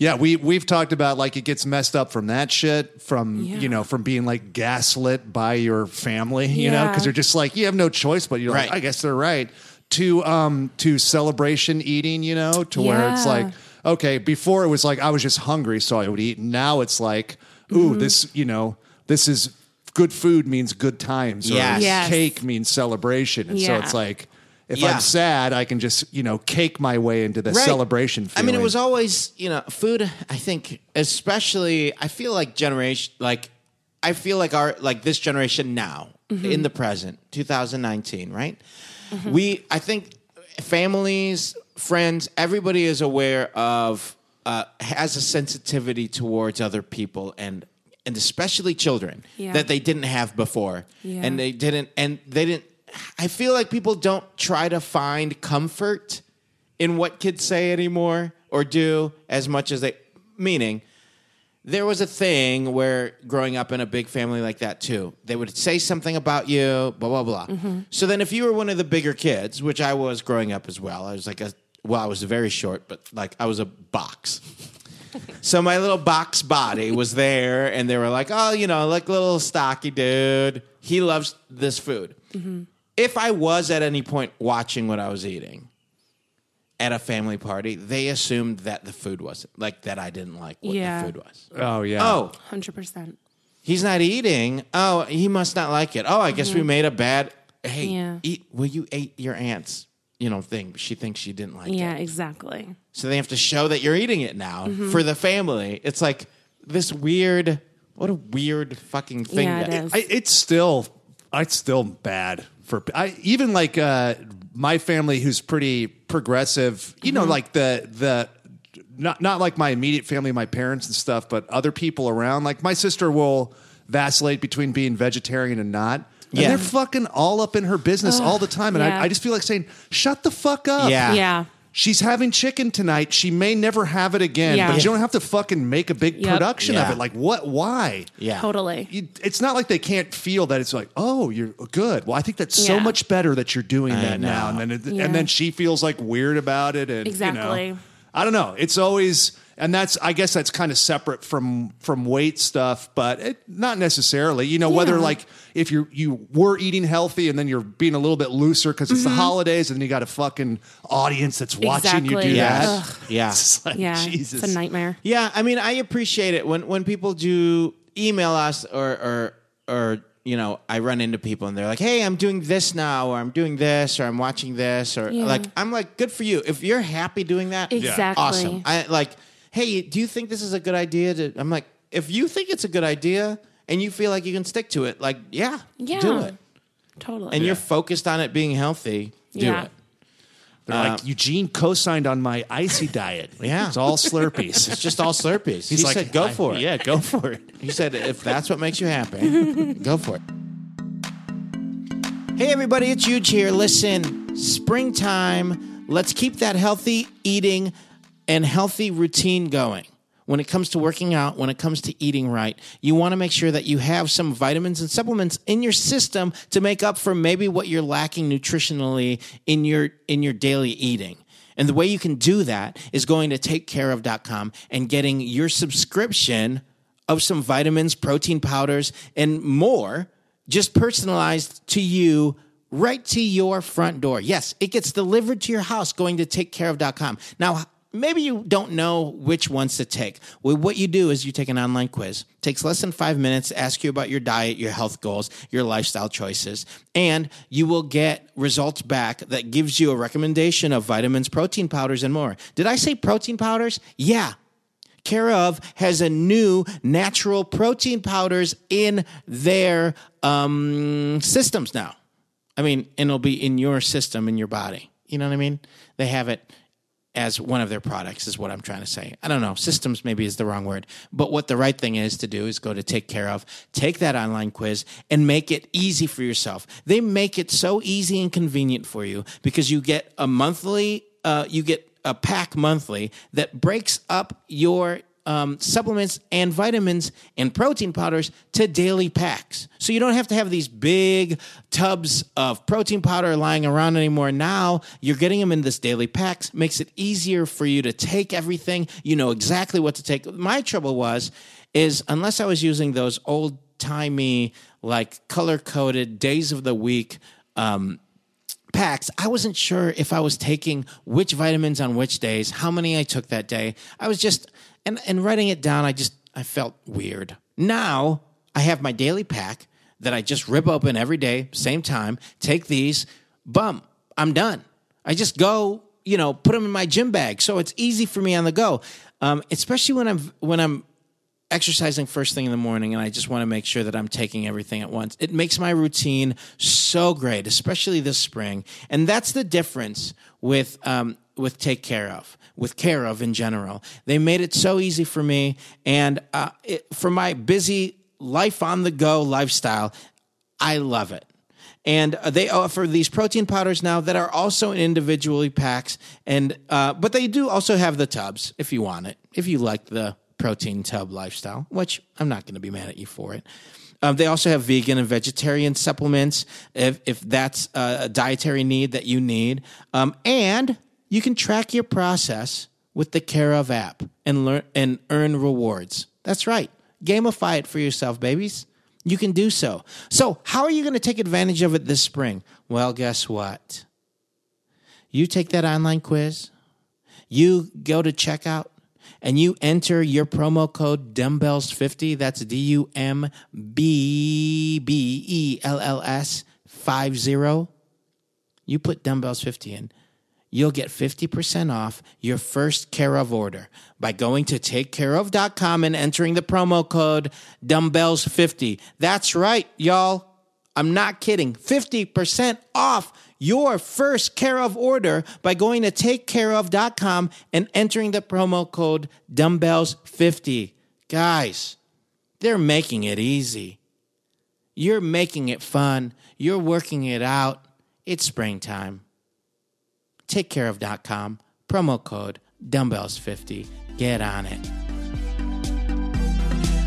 C: Yeah, we we've talked about like it gets messed up from that shit, from
D: Yeah.
C: you know, from being like gaslit by your family, you know,
D: Yeah.
C: because they're just like you have no choice, but you're
B: Right.
C: like, I guess they're right. To um to celebration eating, you know, to where it's
D: Yeah.
C: like, okay, before it was like I was just hungry, so I would eat. Now it's like, ooh,
D: Mm-hmm.
C: this, you know, this is good food means good times. Or
B: Yes.
D: Yes.
C: cake means celebration. And
D: Yeah.
C: so it's like if
B: Yeah.
C: I'm sad, I can just, you know, cake my way into the
B: Right.
C: celebration
B: I mean, it
C: feeling.
B: was always you know food. I think especially I feel like generation like I feel like our like this generation now in the present 2019 right. We I think families, friends, everybody is aware of uh, has a sensitivity towards other people and and especially children
D: Yeah.
B: that they didn't have before
D: Yeah.
B: and they didn't and they didn't i feel like people don't try to find comfort in what kids say anymore or do as much as they meaning there was a thing where growing up in a big family like that too they would say something about you blah blah blah so then if you were one of the bigger kids which i was growing up as well i was like a well i was very short but like i was a box so my little box body was there, and they were like, "Oh, you know, like little stocky dude. He loves this food."
D: Mm-hmm.
B: If I was at any point watching what I was eating at a family party, they assumed that the food wasn't like that. I didn't like what
D: Yeah.
B: the food was.
C: oh yeah.
B: Oh,
D: 100%.
B: he's not eating. Oh, he must not like it. Oh, I guess we made a bad. Hey,
D: Mm-hmm. Yeah.
B: eat. Well, you ate your aunt's, you know, thing. She thinks she didn't like it.
D: Yeah, exactly.
B: So they have to show that you're eating it now
D: Mm-hmm.
B: for the family. It's like this weird, what a weird fucking thing.
D: Yeah, it
B: that-
D: is.
C: I, it's still it's still bad for I even like uh my family who's pretty progressive, you
B: Mm-hmm.
C: know, like the the not not like my immediate family, my parents and stuff, but other people around. Like my sister will vacillate between being vegetarian and not. And
B: Yeah.
C: they're fucking all up in her business all the time. And
D: yeah.
C: I, I just feel like saying, shut the fuck up.
B: Yeah.
D: yeah.
C: She's having chicken tonight. She may never have it again,
D: Yeah.
C: but you don't have to fucking make a big
D: Yep.
C: production
B: Yeah.
C: of it. Like, what? Why?
B: Yeah.
D: Totally.
C: you, it's not like they can't feel that it's like, oh, you're good. Well, I think that's so
D: Yeah.
C: much better that you're doing that
B: know.
C: now. And then, it,
D: Yeah.
C: and then she feels like weird about it. And you know.
D: Exactly.
C: I don't know. It's always, and that's, I guess that's kind of separate from, from weight stuff, but it, not necessarily, you know, whether
D: Yeah.
C: like if you, you were eating healthy and then you're being a little bit looser cause it's the
D: Mm-hmm.
C: holidays and then you got a fucking audience that's watching you do
D: Exactly.
B: Yes.
C: that.
B: Yeah.
C: It's like,
D: Yeah.
C: Jesus.
D: It's a nightmare.
B: Yeah, I mean, I appreciate it when when people do email us or or or you know, I run into people and they're like, "Hey, I'm doing this now, or I'm doing this, or I'm watching this, or
D: Yeah.
B: like I'm like, good for you if you're happy doing that.
D: Exactly.
B: awesome. I like, hey, do you think this is a good idea? To I'm like, if you think it's a good idea and you feel like you can stick to it, like, yeah,
D: Yeah.
B: do it.
D: Totally.
B: And you're focused on it being healthy. Do
D: Yeah.
B: it.
C: They're like, Eugene co-signed on my icy diet.
B: Yeah.
C: It's all Slurpees.
B: It's just all slurpees.
C: He's
B: he
C: like,
B: said, go
C: I-
B: for it.
C: yeah, go for it.
B: He said, if that's what makes you happy, go for it. Hey, everybody, it's Huge here. Listen, springtime, let's keep that healthy eating and healthy routine going. When it comes to working out, when it comes to eating right, you want to make sure that you have some vitamins and supplements in your system to make up for maybe what you're lacking nutritionally in your in your daily eating. And the way you can do that is going to takecareof.com and getting your subscription of some vitamins, protein powders, and more just personalized to you right to your front door. Yes, it gets delivered to your house going to takecareof.com. Now, maybe you don't know which ones to take. Well, what you do is you take an online quiz. takes less than five minutes to ask you about your diet, your health goals, your lifestyle choices, and you will get results back that gives you a recommendation of vitamins, protein powders, and more. Did I say protein powders? Yeah. Care of has a new natural protein powders in their um, systems now. I mean, and it'll be in your system, in your body. You know what I mean? They have it as one of their products is what I'm trying to say. I don't know. Systems maybe is the wrong word, but what the right thing is to do is go to take care of, take that online quiz and make it easy for yourself. They make it so easy and convenient for you because you get a monthly, uh, you get a pack monthly that breaks up your um, supplements and vitamins and protein powders to daily packs. So you don't have to have these big tubs of protein powder lying around anymore. Now you're getting them in this daily packs, makes it easier for you to take everything. You know exactly what to take. My trouble was, is unless I was using those old timey, like color coded days of the week. Um, packs, I wasn't sure if I was taking which vitamins on which days, how many I took that day. I was just and and writing it down, I just I felt weird. Now I have my daily pack that I just rip open every day, same time. Take these, bum, I'm done. I just go, you know, put them in my gym bag, so it's easy for me on the go. Um, especially when I'm when I'm exercising first thing in the morning and I just want to make sure that I'm taking everything at once. It makes my routine so great, especially this spring. And that's the difference with um, with take care of, with care of in general. They made it so easy for me and uh, it, for my busy life on the go lifestyle. I love it. And uh, they offer these protein powders now that are also in individually packs, and uh, but they do also have the tubs if you want it, if you like the protein tub lifestyle, which I'm not going to be mad at you for it. Um, they also have vegan and vegetarian supplements if, if that's uh, a dietary need that you need. Um, and you can track your process with the Care of app and learn and earn rewards. That's right. Gamify it for yourself, babies. You can do so. So, how are you going to take advantage of it this spring? Well, guess what? You take that online quiz, you go to checkout, and you enter your promo code dumbbells50 that's d u m b b e l l s 50 you put dumbbells50 in you'll get 50% off your first care of order by going to takecareof.com and entering the promo code dumbbells50 that's right y'all i'm not kidding 50% off your first care of order by going to takecareof.com and entering the promo code dumbbells50. Guys, they're making it easy. You're making it fun. You're working it out. It's springtime. Takecareof.com, promo code dumbbells50. Get on it.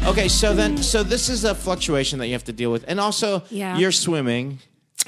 B: Okay, so then, so this is a fluctuation that you have to deal with. And also,
D: Yeah.
B: you're swimming.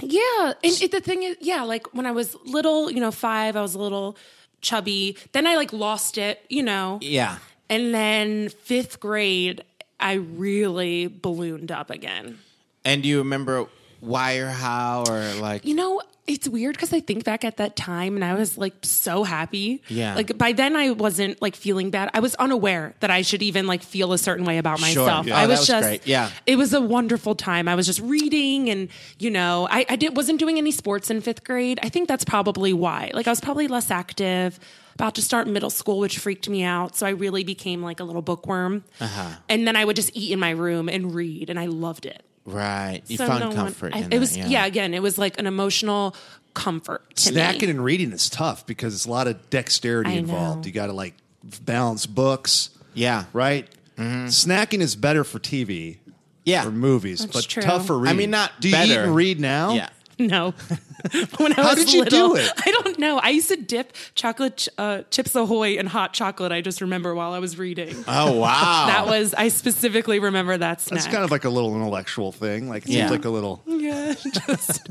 D: Yeah, and it, the thing is, yeah, like when I was little, you know, five, I was a little chubby. Then I like lost it, you know,
B: Yeah.
D: and then fifth grade, I really ballooned up again.
B: And do you remember why or how or like.
D: You know, it's weird because I think back at that time, and I was like so happy.
B: Yeah.
D: like by then I wasn't like feeling bad. I was unaware that I should even like feel a certain way about
B: Sure.
D: myself.
B: Yeah.
D: I
B: Oh, that
D: was,
B: was
D: just
B: great. Yeah.
D: it was a wonderful time. I was just reading and, you know, I, I did, wasn't doing any sports in fifth grade. I think that's probably why. Like, I was probably less active, about to start middle school, which freaked me out. So I really became like a little bookworm.
B: Uh-huh.
D: And then I would just eat in my room and read, and I loved it.
B: Right. You
D: So
B: found
D: no one-
B: comfort
D: I-
B: in
D: it
B: that,
D: was, yeah. again, it was like an emotional comfort. To
C: Snacking
D: me.
C: and reading is tough because it's a lot of dexterity
D: I
C: involved.
D: know.
C: You got to like balance books.
B: Yeah.
C: Right? Snacking is better for TV.
B: Yeah.
C: Or movies, but
D: true.
C: tough for
D: I
C: reading.
B: mean, not
C: Do you eat
B: better.
C: and read now?
B: Yeah.
D: No. when I
C: How
D: was
C: did you do
D: little,
C: it?
D: I don't know. I used to dip chocolate ch- uh, chips ahoy and hot chocolate. I just remember while I was reading.
B: Oh wow.
D: That was I specifically remember that snack.
C: It's kind of like a little intellectual thing. Like, it
B: Yeah.
C: seems like a little.
D: yeah, just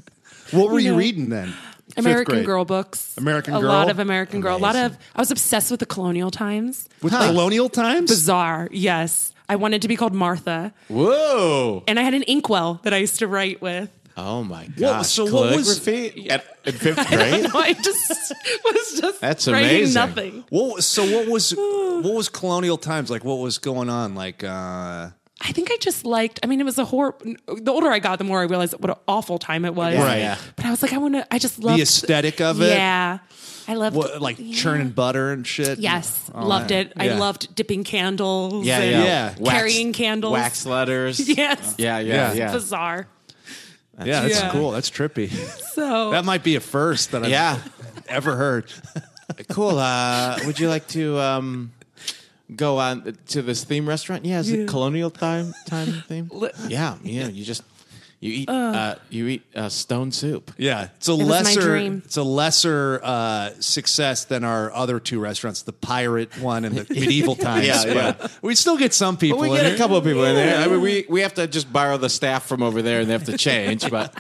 C: What were you
D: No.
C: reading then? Fifth
D: American
C: grade.
D: Girl books.
C: American
D: a
C: Girl?
D: lot of American Girl. A lot of I was obsessed with the colonial times.
C: With colonial times?
D: Bizarre, yes. I wanted to be called Martha,
B: Whoa.
D: and I had an inkwell that I used to write with.
B: Oh my god!
C: What was- so what was-
B: calligraphy at, in fifth grade?
D: I just was just
B: That's
D: writing
B: amazing.
D: nothing.
C: What was, so what was what was colonial times like? What was going on? Like uh,
D: I think I just liked. I mean, it was a horror. The older I got, the more I realized what an awful time it was.
B: Right. Yeah.
D: But I was like, I want to. I just loved
C: aesthetic of it?
D: Yeah, I loved
C: what like
D: yeah.
C: churning butter and shit?
D: Yes,
C: All
D: loved
C: that.
D: it. I
C: Yeah.
D: loved dipping candles.
B: yeah,
D: and
B: yeah,
C: Yeah.
B: Wax-
D: Carrying candles.
B: wax letters.
D: Yes.
B: yeah, yeah,
C: Yeah.
B: yeah.
D: Bizarre.
C: yeah, that's
D: Yeah.
C: cool. That's trippy.
D: So
C: that might be a first that I've
B: Yeah.
C: ever heard.
B: Cool. Uh, would you like to um, go on to this theme restaurant? Yeah, is it colonial time time theme? yeah, yeah. You just you eat uh, you eat uh, stone soup.
C: Yeah, it's a
D: my
C: lesser
D: dream.
C: it's a lesser uh, success than our other two restaurants, the pirate one and the medieval times.
B: Yeah, yeah.
C: but we still get some people.
B: But we
C: in
B: get
C: it.
B: a couple of people in there. I mean, we we have to just borrow the staff from over there, and they have to change. But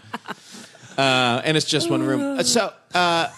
B: uh, and it's just one room. Uh, So uh,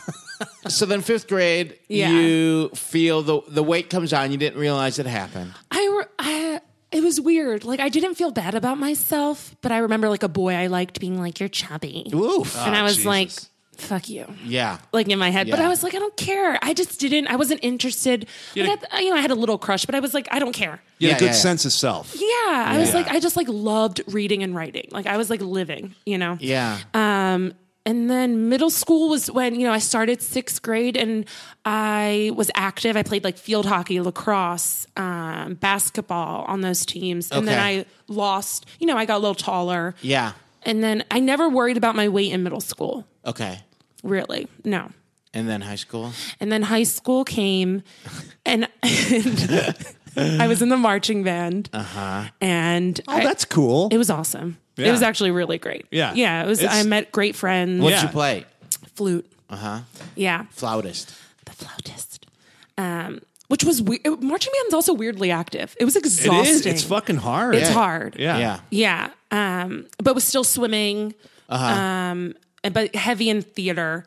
B: so then fifth grade,
D: Yeah.
B: you feel the the weight comes on. You didn't realize it happened.
D: I, re- I it was weird. Like I didn't feel bad about myself, but I remember like a boy I liked being like, "You're chubby,"
B: Oof.
D: and I was
C: Ah, Jesus.
D: like, "Fuck you."
B: Uh, yeah.
D: Like in my head, but
B: Yeah.
D: I was like, I don't care. I just didn't. I wasn't interested. Like, I, th- you know, I had a little crush, but I was like, I don't care.
C: You
B: Yeah,
C: had a good
B: yeah, yeah.
C: sense of self.
D: Yeah, I was
B: Yeah.
D: like, I just like loved reading and writing. Like I was like living, you know.
B: Yeah.
D: Um, and then middle school was when you know I started sixth grade and I was active. I played like field hockey, lacrosse, um, basketball on those teams, and then
B: Okay.
D: I lost. You know, I got a little taller.
B: yeah.
D: And then I never worried about my weight in middle school.
B: Okay.
D: Really, no.
B: And then high school.
D: And then high school came, and, I was in the marching band. And
C: Oh, that's cool.
D: it was awesome. It
C: Yeah.
D: was actually really great.
C: Yeah.
D: yeah. It was.
C: It's-
D: I met great friends.
B: What did
C: Yeah. Uh-huh.
B: you play?
D: Flute. Uh huh. Yeah.
B: Flautist.
D: the flautist. Um, which was weird. Marching band's also weirdly active. It was exhausting.
C: It is. It's fucking hard.
D: It's hard.
C: Yeah.
B: Yeah.
D: Yeah. Um, but was still swimming.
C: Uh-huh.
D: Um, and- but heavy in theater.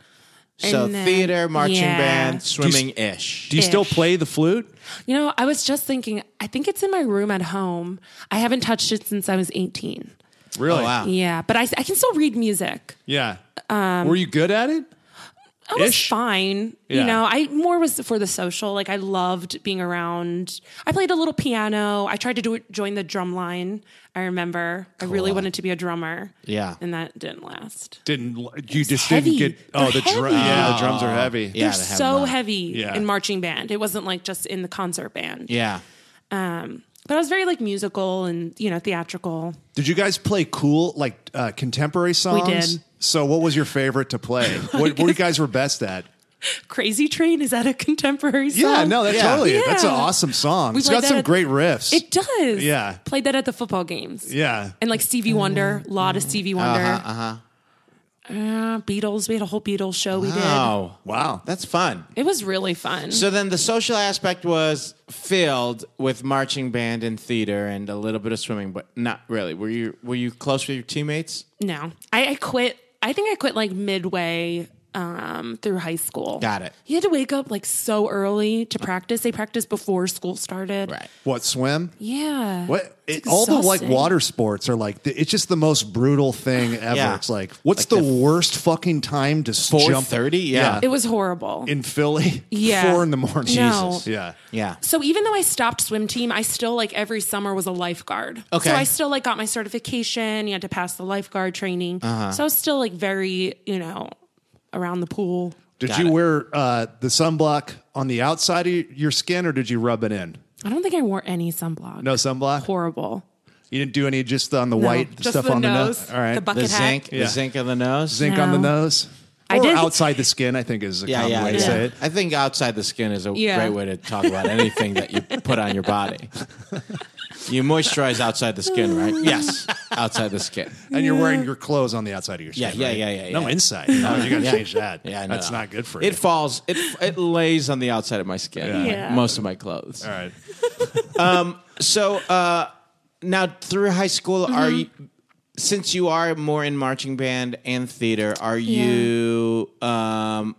B: so
D: And then-
B: theater, marching
D: yeah.
B: band, swimming ish.
C: Do you still
D: Ish.
C: play the flute?
D: You know, I was just thinking. I think it's in my room at home. I haven't touched it since I was eighteen.
C: Really?
B: Oh wow.
D: Yeah, but I, I can still read music.
C: Yeah. Were you good at it?
D: I was
C: Ish.
D: fine. You
C: Yeah.
D: know, I more was for the social. Like I loved being around. I played a little piano. I tried to do it, join the drum line. I remember. I really wanted to be a drummer.
B: Yeah.
D: and that didn't last.
C: Didn't you just
D: heavy.
C: didn't get? Oh, the
D: They're
C: drum.
D: heavy.
C: Yeah, the drums are heavy.
B: Yeah,
D: They're
B: they have
D: so
B: them.
D: heavy
C: Yeah.
D: in marching band. It wasn't like just in the concert band.
B: Yeah.
D: Um, but I was very like musical and you know theatrical.
C: Did you guys play cool like uh, contemporary songs?
D: did.
C: So, what was your favorite to play? what, what you guys were best at?
D: Crazy Train is that a contemporary song?
C: Yeah, no, that
B: Yeah.
C: totally. It. That's an
D: Yeah.
C: awesome song.
D: We
C: it's
D: played
C: got
D: that
C: some
D: at-
C: great riffs.
D: It does.
C: Yeah.
D: Played that at the football games.
C: yeah.
D: And like Stevie Wonder, a lot of Stevie Wonder. Mm. Uh-huh. Beatles. We had a whole Beatles show we did.
B: Oh,
C: Wow.
B: that's fun.
D: It was really fun.
B: So then the social aspect was filled with marching band and theater and a little bit of swimming, but not really. Were you were you close with your teammates?
D: no. I, I quit. I think I quit like midway um, through high school.
B: Got it.
D: You had to wake up like so early to practice. They practiced before school started.
C: What swim?
D: Yeah.
C: What it,
D: It's
C: all the like
D: exhausting.
C: water sports are like the, it's just the most brutal thing ever.
B: Yeah.
C: It's like what's
B: Like
C: the,
B: the-
C: worst fucking time to s-
B: Four
C: jump
B: thirty? Yeah.
D: It was horrible.
C: in Philly?
D: Yeah.
C: four in the morning.
D: No.
C: Jesus, yeah,
B: Yeah.
D: So even though I stopped swim team, I still like every summer was a lifeguard.
B: Okay.
D: So I still like got my certification. You had to pass the lifeguard training.
C: Uh-huh.
D: So I was still like very, you know, around the pool.
C: Did
B: Got
C: you
B: it.
C: wear uh, the sunblock on the outside of your skin, or did you rub it in?
D: I don't think I wore any sunblock.
C: No sunblock.
D: Horrible.
C: You didn't do any just on the white
D: just
C: stuff
D: the
C: on the
D: nose,
C: nose. All right,
D: the bucket
B: The
D: hat.
B: zinc,
C: Yeah.
B: the zinc of the nose.
C: zinc on the
D: No.
C: nose. Or
D: I did-
C: outside the skin, I think is a
B: Yeah,
C: common
B: yeah,
C: way to
B: yeah.
C: say it.
B: I think outside the skin is a
D: Yeah.
B: great way to talk about anything that you put on your body. You moisturize outside the skin, right? Yes, outside the skin.
C: And you're wearing your clothes on the outside of your skin.
B: Yeah, yeah,
C: right?
B: yeah, yeah,
C: No
B: yeah.
C: inside. No, you got to change that.
B: Yeah, no,
C: that's
B: no.
C: not good for you.
B: It falls. It it lays on the outside of my skin. like
D: Yeah.
B: Most of my clothes.
C: All right.
B: So uh, now through high school, are
D: Mm-hmm.
B: you, since you are more in marching band and theater, are you um,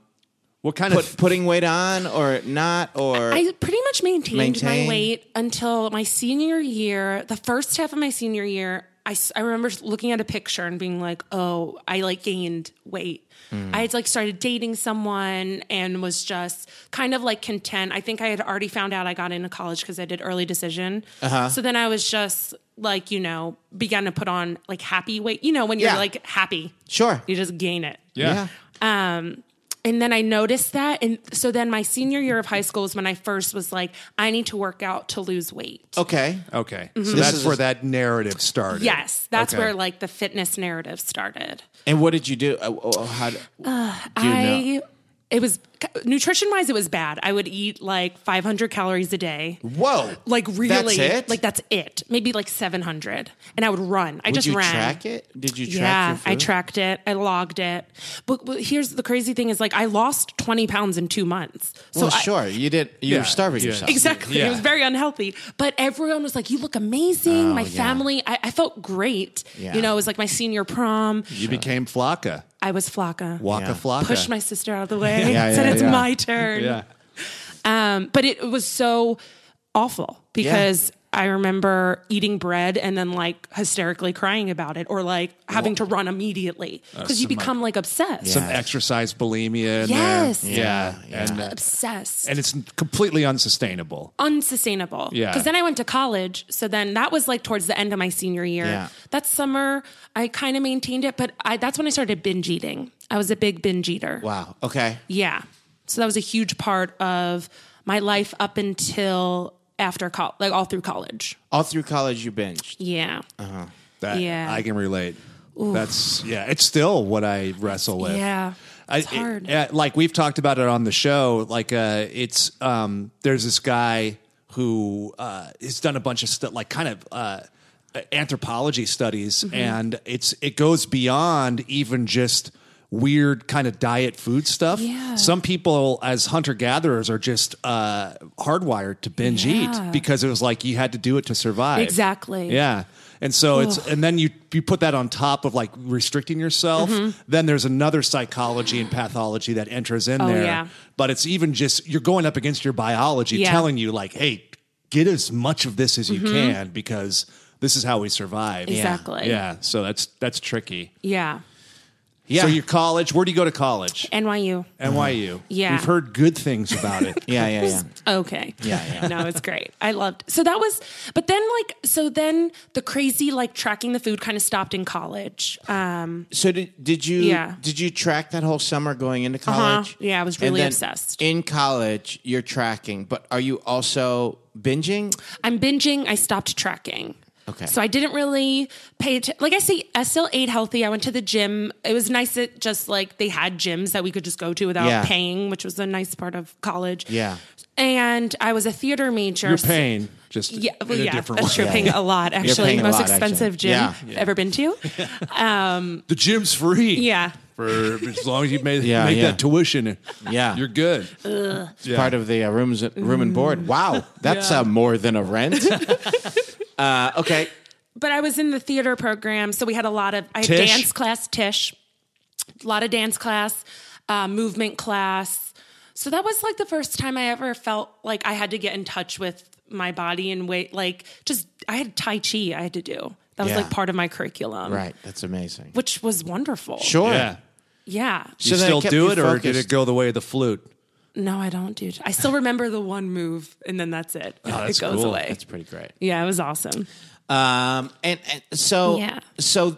C: What kind
B: put,
C: of
B: putting weight on or not? Or
D: I pretty much maintained
B: Maintain.
D: my weight until my senior year, the first half of my senior year. I, s- I remember looking at a picture and being like, oh, I like gained weight.
B: Hmm.
D: I had like started dating someone and was just kind of like content. I think I had already found out I got into college because I did early decision.
B: Uh-huh.
D: So then I was just like, you know, began to put on like happy weight. You know, when you're
B: Yeah.
D: like happy,
B: Sure.
D: you just gain it.
A: Yeah.
D: Um, and then I noticed that. And so then my senior year of high school was when I first was like, I need to work out to lose weight.
B: Okay.
C: Okay. So that's
B: is
C: where
B: a-
C: that narrative started.
D: Mm-hmm. Yes, that's
C: Okay.
D: where like the fitness narrative started.
B: And what did you do? Uh, oh, oh, how d- do you
D: Uh, I
B: know?
D: it was nutrition wise, it was bad. I would eat like 500 calories a day.
B: Whoa.
D: Like really,
B: That's it?
D: like that's it. Maybe like 700, and I would run. I
B: Did
D: just
B: you
D: ran.
B: track it? Did you track
D: yeah,
B: your food?
D: I tracked it. I logged it. But, but here's the crazy thing: is like I lost 20 pounds in two months. So
B: Well,
D: I-
B: sure. You did. You
C: Yeah,
B: were starving
C: yeah.
B: yourself.
D: Exactly. It
A: Yeah.
D: was very unhealthy. But everyone was like, You look amazing. my family, I, I felt great.
B: Oh, Yeah.
D: You know, it was like my senior prom.
C: You became Flocka.
D: I was flocka.
C: Waka
B: Yeah.
C: Flocka.
D: Pushed my sister out of the way.
B: Yeah,
D: said
B: yeah,
D: it's
B: yeah.
D: my turn.
A: Yeah.
D: Um, but it was so awful because I remember eating bread and then like hysterically crying about it or like having to run immediately because you
A: some, like-
D: become like obsessed.
C: Some exercise bulimia. In
D: Yes.
C: There. Yeah.
B: Yeah,
C: And, uh,
D: Obsessed.
C: and it's completely unsustainable.
D: unsustainable.
C: Yeah.
D: Because then I went to college. So then that was like towards the end of my senior year.
B: Yeah.
D: That summer, I kind of maintained it, but I, that's when I started binge eating. I was a big binge eater.
B: Wow. Okay.
D: Yeah. So that was a huge part of my life up until after college, like all through college.
B: All through college, you binged.
D: Yeah.
B: Uh-huh.
C: That
D: Yeah.
C: I can relate. That's yeah. It's still what I wrestle with.
D: Yeah.
C: I,
D: It's hard.
C: it- uh, like we've talked about it on the show. Like uh, it's um, there's this guy who uh, has done a bunch of stuff, like kind of uh, anthropology studies,
D: Mm-hmm.
C: and it's it goes beyond even just weird kind of diet food stuff.
D: Yeah.
C: Some people as hunter gatherers are just uh, hardwired to binge
D: Yeah.
C: eat because it was like you had to do it to survive.
D: Exactly.
C: Yeah. And so it's and then you you put that on top of like restricting yourself.
D: Mm-hmm.
C: Then there's another psychology and pathology that enters in there.
D: Oh, yeah.
C: But it's even just you're going up against your biology
D: Yeah.
C: telling you like, hey, get as much of this as you can because this is how we survive.
D: Mm-hmm. Exactly.
C: Yeah. So that's that's tricky.
D: Yeah.
C: Yeah. So your college, where do you go to college?
D: NYU.
C: NYU.
D: Yeah.
C: We've heard good things about it.
B: Yeah, yeah, yeah.
D: Okay.
B: Yeah, yeah.
D: No, it's great. I loved. So that was, but then like, so then the crazy like tracking the food kind of stopped in college. Um,
B: So did did you
D: Yeah. Uh-huh.
B: did you track that whole summer going into college?
D: Yeah, I was
B: And
D: really
B: then
D: obsessed.
B: In college, you're tracking, but are you also binging?
D: I'm binging. I stopped tracking.
B: Okay.
D: So I didn't really pay attention. Like I say, I still ate healthy. I went to the gym. It was nice that just like they had gyms that we could just go to without
B: Yeah.
D: paying, which was a nice part of college.
B: Yeah.
D: And I was a theater major.
C: You're
D: so-
C: paying just
D: Yeah, well,
C: in a
D: yeah,
C: different
D: that's true.
C: way.
D: Paying a lot, actually.
B: paying a
D: Most
B: lot,
D: expensive
B: actually.
D: gym
B: Yeah.
D: I've ever been to.
C: The gym's free.
D: Yeah.
C: for as long as you made,
B: Yeah,
C: make
B: yeah.
C: that tuition.
B: Yeah.
C: you're good.
B: It's part of the uh, rooms room and board.
D: Mm-hmm.
B: Wow, that's uh, more than a rent. uh, okay,
D: but I was in the theater program, so we had a lot of I had
C: Tish?
D: dance class, Tish, a lot of dance class, uh, movement class. So that was like the first time I ever felt like I had to get in touch with my body and wait, like just I had Tai Chi I had to do. That was
B: Yeah.
D: like part of my curriculum,
B: right, that's amazing.
D: Which was wonderful.
B: Sure.
C: Yeah,
D: Yeah.
C: you
B: then it
C: still
B: kept
C: do
B: you
C: it, or did
B: focused.
C: it go the way of the flute?
D: No, I don't do. I still remember the one move, and then that's it.
C: that's
D: it goes
C: cool.
D: away.
B: Oh, That's pretty great.
D: yeah, it was awesome.
B: Um, and, and so
D: Yeah.
B: so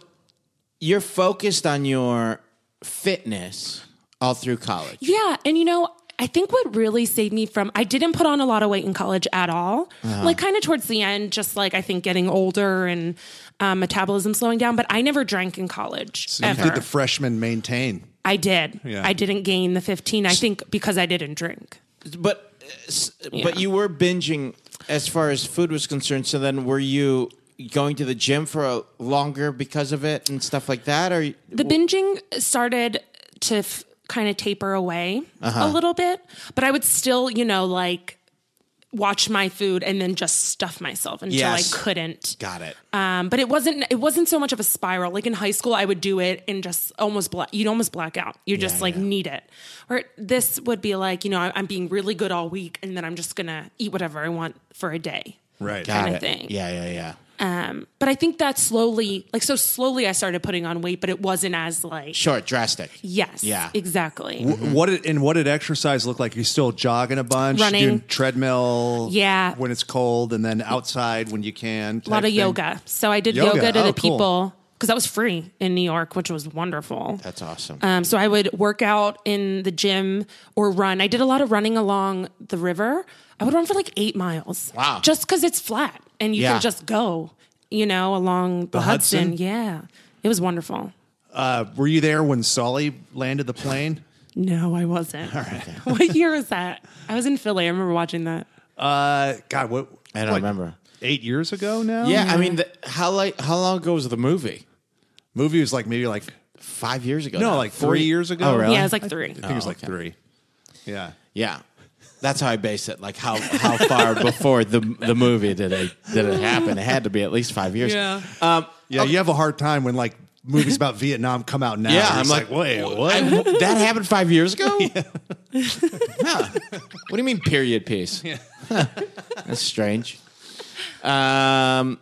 B: you're focused on your fitness all through college.
D: Yeah, and you know, I think what really saved me from I didn't put on a lot of weight in college at all. Like kind of towards the end, just like I think getting older and um, metabolism slowing down. But I never drank in college ever.
C: freshman maintain.
D: I did.
C: Yeah.
D: I didn't gain the fifteen. I think because I didn't drink.
B: But uh, s
D: Yeah.
B: but you were binging as far as food was concerned. So then were you going to the gym for a longer because of it and stuff like that? Or
D: The binging started to f- kind of taper away a little bit, but I would still, you know, like watch my food and then just stuff myself until
B: Yes.
D: I couldn't.
B: got it.
D: Um, but it wasn't it wasn't so much of a spiral. Like in high school, I would do it and just almost black. You'd almost black out. You just like need it. Or this would be like you know I, I'm being really good all week, and then I'm just gonna eat whatever I want for a day.
C: Right.
B: got
D: kinda
B: it.
D: thing.
B: Yeah, yeah, yeah.
D: Um, but I think that slowly, like so slowly, I started putting on weight, but it wasn't as like
B: Short, drastic.
D: yes,
B: Yeah.
D: exactly.
C: What did and what did exercise look like? You still jogging a bunch,
D: Running.
C: doing treadmill,
D: Yeah.
C: when it's cold, and then outside when you can.
D: a lot
C: type
D: of
C: thing?
D: yoga. So I did
C: Yoga.
D: yoga, to
C: Oh,
D: the
C: cool.
D: people because that was free in New York, which was wonderful.
B: That's awesome.
D: Um, so I would work out in the gym or run. I did a lot of running along the river. I would run for like eight miles.
B: Wow.
D: Just because it's flat and you
B: Yeah.
D: can just go, you know, along the,
C: Hudson?
D: Hudson. Yeah. It was wonderful.
C: Uh, Were you there when Sully landed the plane?
D: No, I wasn't. what year was that? I was in Philly. I remember watching that.
C: Uh, God, what?
B: I don't
C: what,
B: remember.
C: Eight years ago now.
B: Yeah, I mean, the, how like how long ago was the movie?
C: movie was like maybe like
B: Five years ago.
C: no,
B: now.
C: like three years ago.
B: Oh, really?
D: Yeah, it was like three.
C: I think it was
B: Oh,
C: like
B: okay.
C: three. Yeah.
B: Yeah, that's how I base it. Like how how far before the the movie did it did it happen? It had to be at least five years.
D: Yeah.
B: Um,
C: Yeah, you have a hard time when like movies about Vietnam come out now.
B: yeah,
C: You're
B: I'm
C: just
B: like,
C: wait,
B: wh-
C: what?
B: I- wh- that happened five years ago? Huh. What do you mean period piece? Huh. That's strange. Um,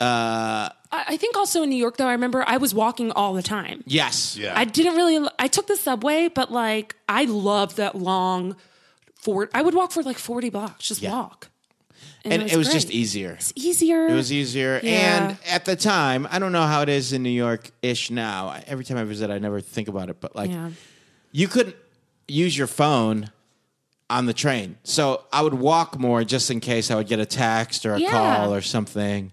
D: I, I think also in New York, though, I remember I was walking all the time.
B: yes.
C: Yeah.
D: I didn't really. I took the subway, but like I loved that long. For I would walk for like forty blocks, just
B: Yeah.
D: walk.
B: And it was,
D: great.
B: just easier.
D: It's easier.
B: It was easier.
D: Yeah.
B: And at the time, I don't know how it is in New York ish now. I- Every time I visit, I never think about it, but like
D: Yeah.
B: you couldn't use your phone on the train. So I would walk more just in case I would get a text or a
D: Yeah.
B: call or something.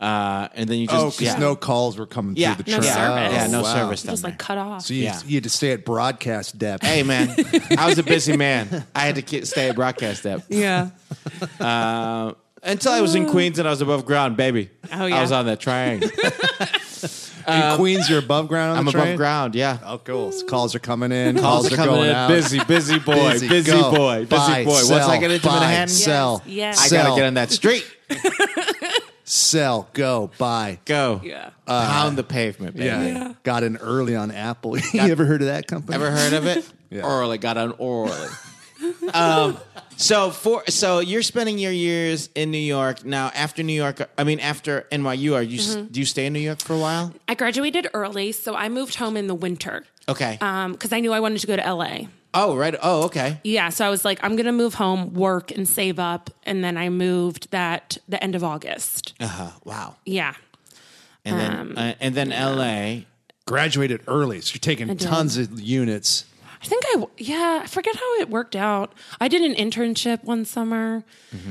B: Uh, and then you just
C: oh, because
B: yeah.
C: no calls were coming
B: yeah,
C: through the
B: yeah,
C: train.
D: service.
B: yeah,
C: Oh,
B: no
C: wow.
B: service down
D: just
B: there.
D: like cut off.
C: So you,
B: Yeah.
C: you had to stay at broadcast depth.
B: Hey man, I was a busy man. I had to ki- stay at broadcast step
D: Yeah,
B: until I was in Queens and I was above ground, baby.
D: Oh,
B: I
D: yeah.
B: was on that triangle.
C: In Queens, you're above ground on
B: um, I'm
C: the train?
B: above ground. Yeah.
C: Oh, cool. So calls are coming in. Calls,
B: Calls
C: are
B: are coming
C: going
B: in.
C: out.
B: Busy, busy boy, busy
C: go,
B: boy, busy
C: buy,
B: boy. Once
C: Sell,
B: I get into
C: buy,
B: Manhattan- Yes,
C: sell,
D: yes.
B: I
C: sell,
B: gotta get on that street.
C: sell, go, buy.
B: Go.
D: yeah.
B: Uh, Pound the pavement. Baby.
C: Yeah. Got in early on Apple. you ever heard of that company?
B: Ever heard of it?
C: Yeah.
B: Orally got on orally. um, so for so you're spending your years in New York now. After New York, I mean after NYU, are you s
D: Mm-hmm.
B: do you stay in New York for a while?
D: I graduated early, so I moved home in the winter.
B: Okay.
D: Um, because I knew I wanted to go to LA.
B: oh right. Oh okay.
D: Yeah, so I was like, I'm gonna move home, work, and save up, and then I moved that the end of August.
B: Uh, wow.
D: Yeah,
B: And then
D: Um,
B: uh, and then LA.
C: Graduated early. So you're taking
D: did.
C: tons of units.
D: I think I yeah I forget how it worked out. I did an internship one summer.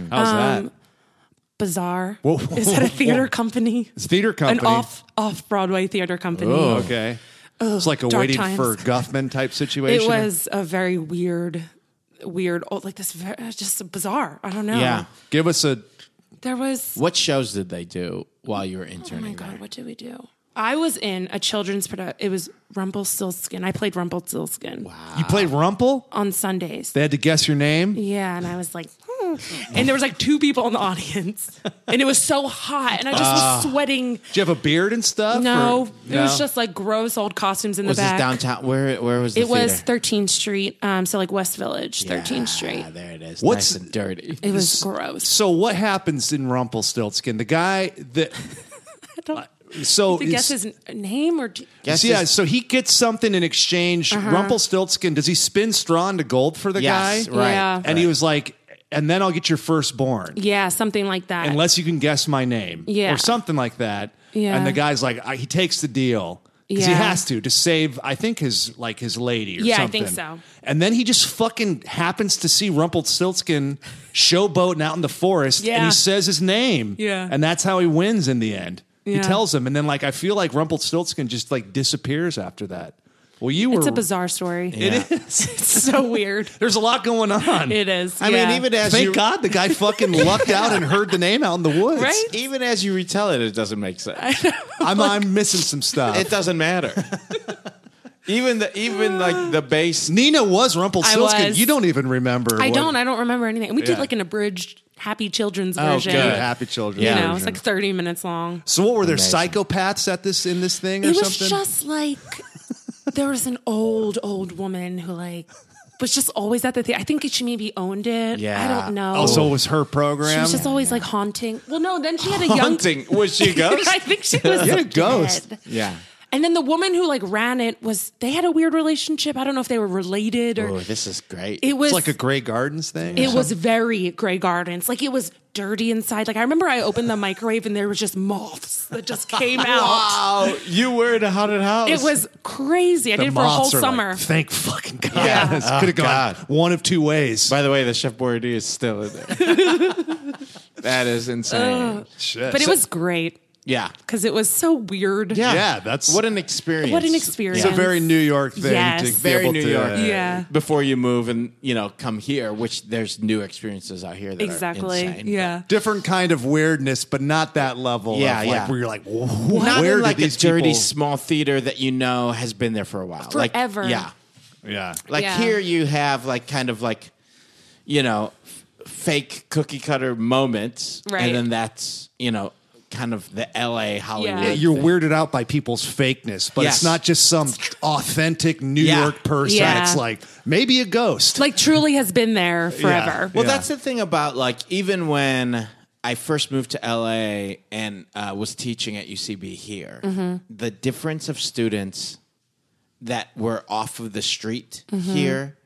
C: How's
D: Um,
C: that?
D: Bazaar.
C: Whoa, whoa,
D: Is that
C: whoa,
D: a theater
C: whoa.
D: company?
C: It's a theater company.
D: An off off Broadway theater company.
C: Oh, okay. it's like a
D: dark
C: waiting
D: times.
C: for Guffman type situation.
D: It was a very weird, weird old like this very, just bizarre. I don't know.
B: Yeah.
C: Give us a
D: There was
B: What shows did they do while you were
D: oh my
B: interning?
D: god. What did we do? I was in a children's product. It was Rumpelstiltskin. I played Rumpelstiltskin
C: You played Rumple?
D: on Sundays.
C: They had to guess your name?
D: Ah. Yeah, and I was like, hmm. and there was like two people in the audience, and it was so hot, and I just
C: Ah.
D: was sweating.
C: Did you have a beard and stuff?
D: No,
C: or-
D: it was just like gross old costumes in
B: was
D: the back.
B: this downtown? Where where was the
D: it was
B: theater?
D: 13th Street, um, so like West Village, 13th Street.
B: Ah, there it is.
C: What's-
B: nice and dirty?
D: It was gross.
C: So what happens in Rumpelstiltskin? The guy that
D: I don't
C: so
D: to guess his n- name or do-
C: it's-
B: Guess
C: yeah,
B: it's-
C: so he gets something in exchange.
D: Uh-huh.
C: Rumpelstiltskin, does he spin straw into gold for the
B: Yes,
C: guy?
B: right.
D: Yeah.
C: And he was like, and then I'll get your firstborn.
D: yeah, something like that.
C: Unless you can guess my name.
D: Yeah.
C: Or something like that.
D: Yeah.
C: And the guy's like, I, he takes the deal. Because he
D: Yeah.
C: has to to save, I think his like his lady or
D: Yeah, I
C: something.
D: think so.
C: And then he just fucking happens to see Rumpelstiltskin showboating out in the forest, and
D: Yeah.
C: he says his name.
D: Yeah.
C: and that's how he wins in the end. He
D: Yeah.
C: tells him, and then like I feel like Rumpelstiltskin just like disappears after that. Well, you were
D: it's a bizarre story.
B: Yeah.
D: It's so weird.
C: There's a lot going on.
D: It is.
B: I
D: yeah.
B: mean, even as
C: Thank
B: you,
C: God the guy fucking lucked out and heard the name out in the woods.
D: Right?
B: even as you retell it, it doesn't make sense.
C: I'm I'm missing some stuff.
B: It doesn't matter. even the even like the base.
C: Nina was
D: I
C: Rumpelstiltskin.
D: was.
C: You don't even remember.
D: I
C: what-
D: don't. I don't remember anything. And we
C: Yeah.
D: did like an abridged happy children's
B: Oh,
D: version.
B: good.
C: Good, Happy children.
D: You
B: Yeah.
D: know, it's like 30 minutes long.
C: So what were there
B: Amazing.
C: psychopaths at this in this thing or
D: it was
C: something?
D: just like there was an old old woman who like was just always at the thing. I think she maybe owned it.
B: Yeah. Oh,
D: I don't know.
C: Also, Oh, it was her
D: she
C: program.
D: was just always like haunting. Well, no, then she had a young.
B: Hunting. Was she a ghost?
D: I think she was
C: You're a
D: a
C: ghost.
D: kid.
B: yeah.
D: And then the woman who like ran it was they had a weird relationship. I don't know if they were related or
B: Oh, this is great.
D: it was
C: it's like a Grey Gardens thing. or
D: it was very Grey Gardens. Like it was dirty inside. Like I remember I opened the microwave and there was just moths that just came out.
B: wow. You were in a haunted house.
D: It was crazy. I
C: The
D: did it for a whole
C: moths are like,
D: summer.
C: Thank fucking God.
B: Yeah.
C: This could
B: Oh,
C: have gone
B: God.
C: one of two ways.
B: By the way, the Chef Boyardee is still in there. that is insane.
C: Shit.
D: but it was great
B: yeah.
D: because it was so weird.
C: Yeah, that's-
B: what an experience.
D: What an
C: It's
D: experience.
C: a very New York thing
D: Yes.
C: to be
B: Very
C: able
B: New
C: to-
B: York.
D: Yeah.
B: Before you move and you know come here, which there's new experiences out here. That
D: Exactly.
B: Are insane,
D: yeah.
C: Different kind of weirdness, but not that level.
B: Yeah,
C: of like,
B: yeah.
C: Where you're like, "Wha-
B: But Not
C: where
B: in
C: did
B: like a
C: these
B: dirty
C: people-"
B: small theater that you know has been there for a while, Like-
D: Forever.
B: yeah.
C: Yeah,
B: Like
D: Yeah.
B: here, you have like kind of like, you know, f- fake cookie cutter moments,
D: Right.
B: And then that's you know kind of the L.A. Hollywood.
D: Yeah,
C: you're
B: thing.
C: weirded out by people's fakeness, but
B: Yes.
C: it's not just some authentic New
B: Yeah.
C: York person.
D: Yeah.
C: It's like maybe a ghost.
D: Like truly has been there forever.
B: Well,
C: Yeah.
B: that's the thing about like even when I first moved to LA and uh, was teaching at UCB here, the difference of students that were off of the street here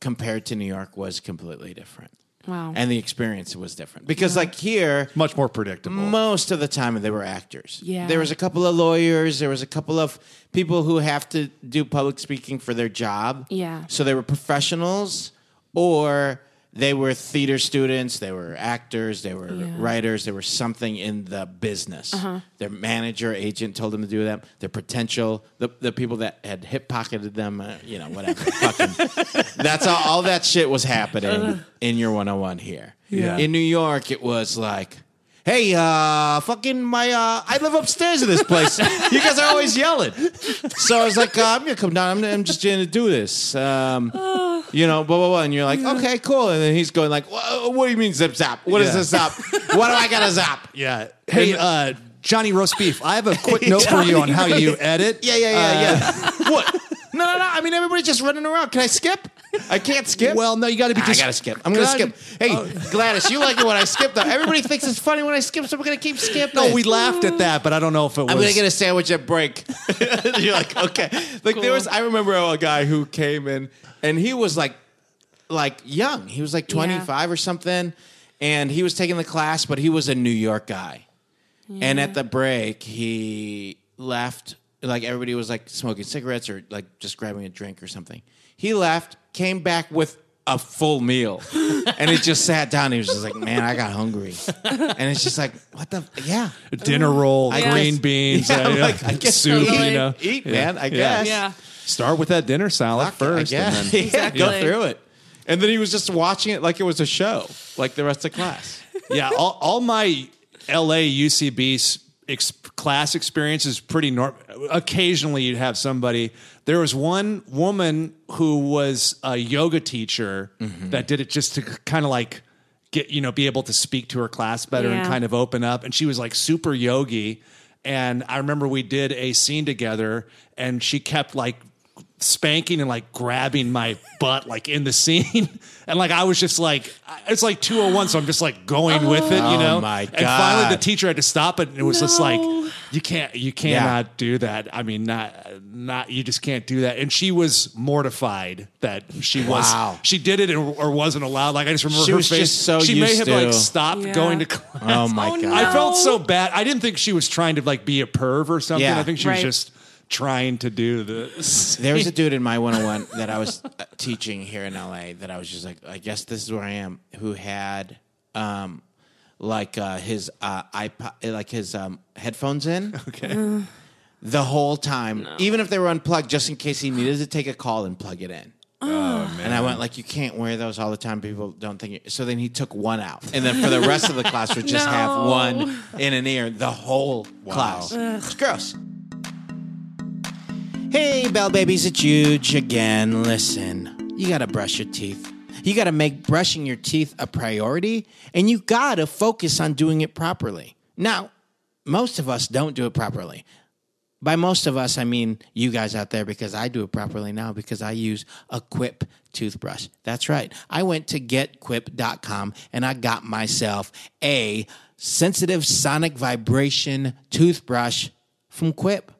B: compared to New York was completely different.
D: Wow.
B: And the experience was different because like here,
C: Much more predictable.
B: most of the time they were actors.
D: Yeah.
B: There was a couple of lawyers, there was a couple of people who have to do public speaking for their job.
D: Yeah.
B: So they were professionals or they were theater students, they were actors, they were
D: Yeah. Uh-huh.
B: writers, they were something in the business. Their manager, agent told them to do that. Their potential, the, the people that had hip pocketed them, uh, you know, whatever. Fucking, that's all, all that shit was
D: Uh-huh.
B: happening in your 101 here.
C: Yeah.
B: In New York, it was like, hey, uh, fucking my, uh, I live upstairs in this place. you guys are always yelling. So I was like, uh, I'm going to come down. I'm, I'm just going to do this. Um, you know, blah, blah, blah. And you're like, okay, cool. And then he's going like, "Wha- what do you mean zip zap? What is
C: Yeah.
B: this zap? What do I got to zap?
C: Yeah. Hey, uh, Johnny Roast Beef, I have a quick note for you on how you edit.
B: Yeah, yeah, yeah,
C: Uh.
B: yeah. what? No, no, no. I mean, everybody's just running around. Can I skip? I can't skip.
C: Well, no, you got to be
B: I
C: just.
B: gotta skip. I'm gonna
C: God. Oh.
B: skip. Hey, Gladys, you like it when I skip though. Everybody thinks it's funny when I skip, so we're gonna keep skipping.
C: No, we laughed at that, but I don't know if it was.
B: I'm gonna get a sandwich at break. You're like, okay. Like there was I remember a guy who came in and he was like like young. He was like 25 or something. And he was taking the class, but he was a New York guy. And at the break, he left. Like everybody was like smoking cigarettes or like just grabbing a drink or something. He left, came back with a full meal, and he just sat down. He was just like, "Man, I got hungry," and it's just like, "What the? Yeah,
C: dinner roll,
B: Mm. I
C: green
B: guess-
C: beans,
B: Yeah,
C: uh,
B: I'm
C: yeah,
B: like, I guess
C: soup.
D: I'll
C: you
D: eat-
C: know,
B: eat,
C: Yeah.
B: man. I
C: Yeah.
B: guess.
D: Yeah.
C: Start with that dinner salad first.
B: I
C: and
B: guess.
C: then-
B: Yeah, go
D: Exactly.
B: through it. And then he was just watching it like it was a show, like the rest of class.
C: yeah, all, all my L.A. UCB s- ex- class experience is pretty normal. Occasionally, you'd have somebody. There was one woman who was a yoga teacher that did it just to kind of like get you know be able to speak to her class better and
D: Yeah.
C: kind of open up. And she was like super yogi. And I remember we did a scene together, and she kept like spanking and like grabbing my butt like in the scene and like i was just like I- it's like 201 so i'm just like going with it you
B: Oh
C: know
B: my
C: and finally
B: God.
C: the teacher had to stop it and it was just like
D: No.
C: you can't you cannot do that i mean not not you just can't do that and she was mortified that she
B: Wow.
C: was she did it or, or wasn't allowed like i just remember
B: She
C: her
B: was
C: face
B: just so
C: she may
B: used
C: have
B: to-
C: like stopped
D: Yeah.
C: going to class
B: Oh my
D: Oh,
B: god!
D: no.
C: i felt so bad i didn't think she was trying to like be a perv or something
B: Yeah.
C: i think she was
D: Right.
C: just trying to do this
B: There was a dude in my 101 that I was uh, teaching here in LA that I was just like, I guess this is where I am, who had um, like uh, his uh, iPod, like his um, headphones in. Okay.
D: Mm.
B: The whole time, even if they were unplugged, just in case he needed to take a call and plug it in. And I went like, you can't wear those all the time. People don't think. You-. So then he took one out, and then for the rest of the class, would just have
D: No.
B: one in an ear the whole class. It's gross. Hey, bell babies, it's huge again. Listen, you gotta brush your teeth. You gotta make brushing your teeth a priority, and you gotta focus on doing it properly. Now, most of us don't do it properly. by most of us, I mean you guys out there because I do it properly now because I use a Quip toothbrush. That's right. I went to getquip.com and I got myself a sensitive sonic vibration toothbrush from Quip.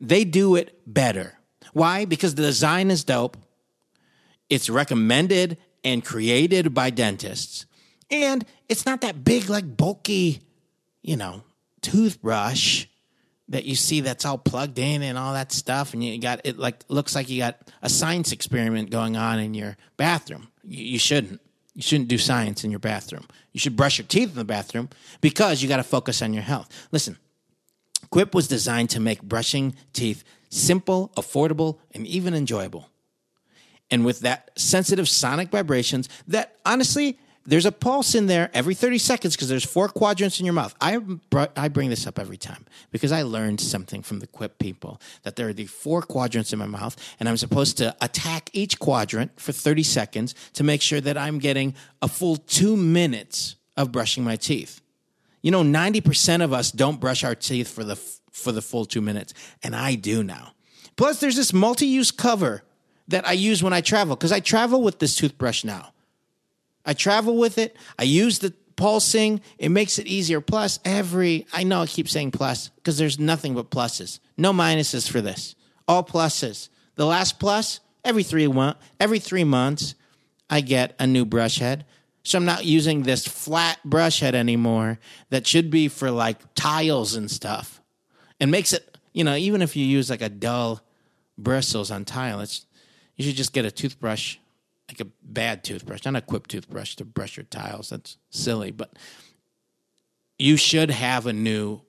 B: They do it better. Why? Because the design is dope. It's recommended and created by dentists. And it's not that big, like bulky, you know, toothbrush that you see that's all plugged in and all that stuff. And you got it, like, looks like you got a science experiment going on in your bathroom. You, you shouldn't. You shouldn't do science in your bathroom. You should brush your teeth in the bathroom because you got to focus on your health. Listen, Quip was designed to make brushing teeth simple, affordable, and even enjoyable and with that sensitive sonic vibrations that honestly there's a pulse in there every 30 seconds because there's four quadrants in your mouth. I, br- I bring this up every time because I learned something from the Quip people that there are the four quadrants in my mouth, and I'm supposed to attack each quadrant for 30 seconds to make sure that I'm getting a full two minutes of brushing my teeth. You know, 90% of us don't brush our teeth for the, f- for the full two minutes, and I do now. Plus, there's this multi use cover that I use when I travel because I travel with this toothbrush now. I travel with it. I use the pulsing. It makes it easier. Plus, every I know I keep saying plus because there's nothing but pluses. No minuses for this. All pluses. The last plus every three one every three months, I get a new brush head. So I'm not using this flat brush head anymore that should be for like tiles and stuff. And makes it, you know, even if you use like a dull bristles on tile, it's you should just get a toothbrush, like a bad toothbrush, not a quip toothbrush to brush your tiles. That's silly, but you should have a new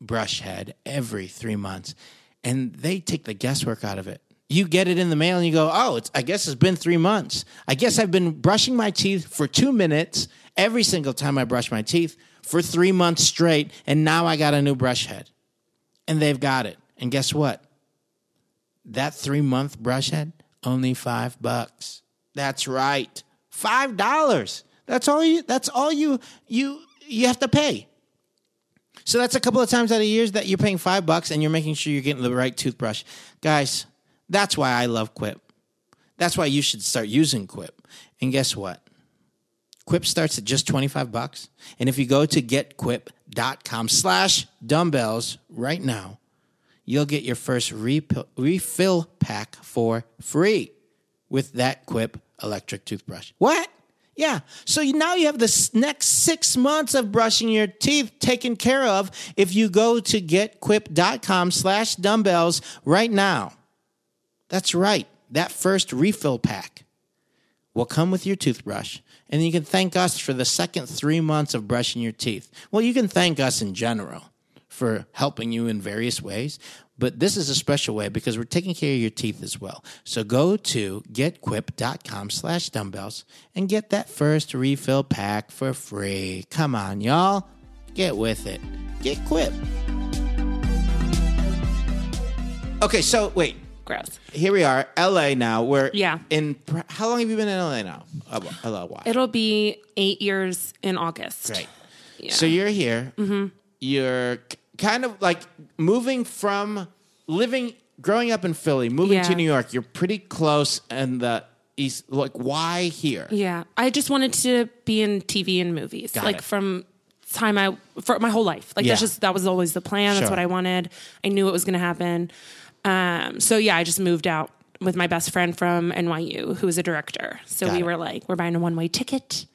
B: brush head every three months. And they take the guesswork out of it. You get it in the mail and you go, oh, it's, I guess it's been three months. I guess I've been brushing my teeth for two minutes every single time I brush my teeth for three months straight. And now I got a new brush head. And they've got it. And guess what? that three month brush head only five bucks that's right five dollars that's all you that's all you you you have to pay so that's a couple of times out of years that you're paying five bucks and you're making sure you're getting the right toothbrush guys that's why i love quip that's why you should start using quip and guess what Quip starts at just 25 bucks. And if you go to getquip.com slash dumbbells right now, you'll get your first repi- refill pack for free with that Quip electric toothbrush. What? Yeah. So you, now you have the s- next six months of brushing your teeth taken care of if you go to getquip.com slash dumbbells right now. That's right. That first refill pack will come with your toothbrush, and you can thank us for the second three months of brushing your teeth. Well, you can thank us in general for helping you in various ways, but this is a special way because we're taking care of your teeth as well. So go to getquip.com slash dumbbells and get that first refill pack for free. Come on, y'all. Get with it. Get Quip. Okay, so wait
D: Gross.
B: here we are, LA now. We're
D: Yeah.
B: In pr- how long have you been in LA now? A wh- A little while.
D: It'll be eight years in August.
B: Right.
D: Yeah. Mm-hmm.
B: So you're here. You're k- kind of like moving from living, growing up in Philly, moving
D: Yeah.
B: to New York. You're pretty close in the east. Like, why here?
D: Yeah, I just wanted to be in TV and movies,
B: Got
D: like
B: it.
D: from time I for my whole life. Like that's
B: Yeah.
D: just that was always the plan.
B: Sure.
D: That's what I wanted. I knew it was going to happen. Um, so yeah, I just moved out with my best friend from NYU, who is a director. So
B: Got
D: we
B: it.
D: were like, we're buying a one way ticket.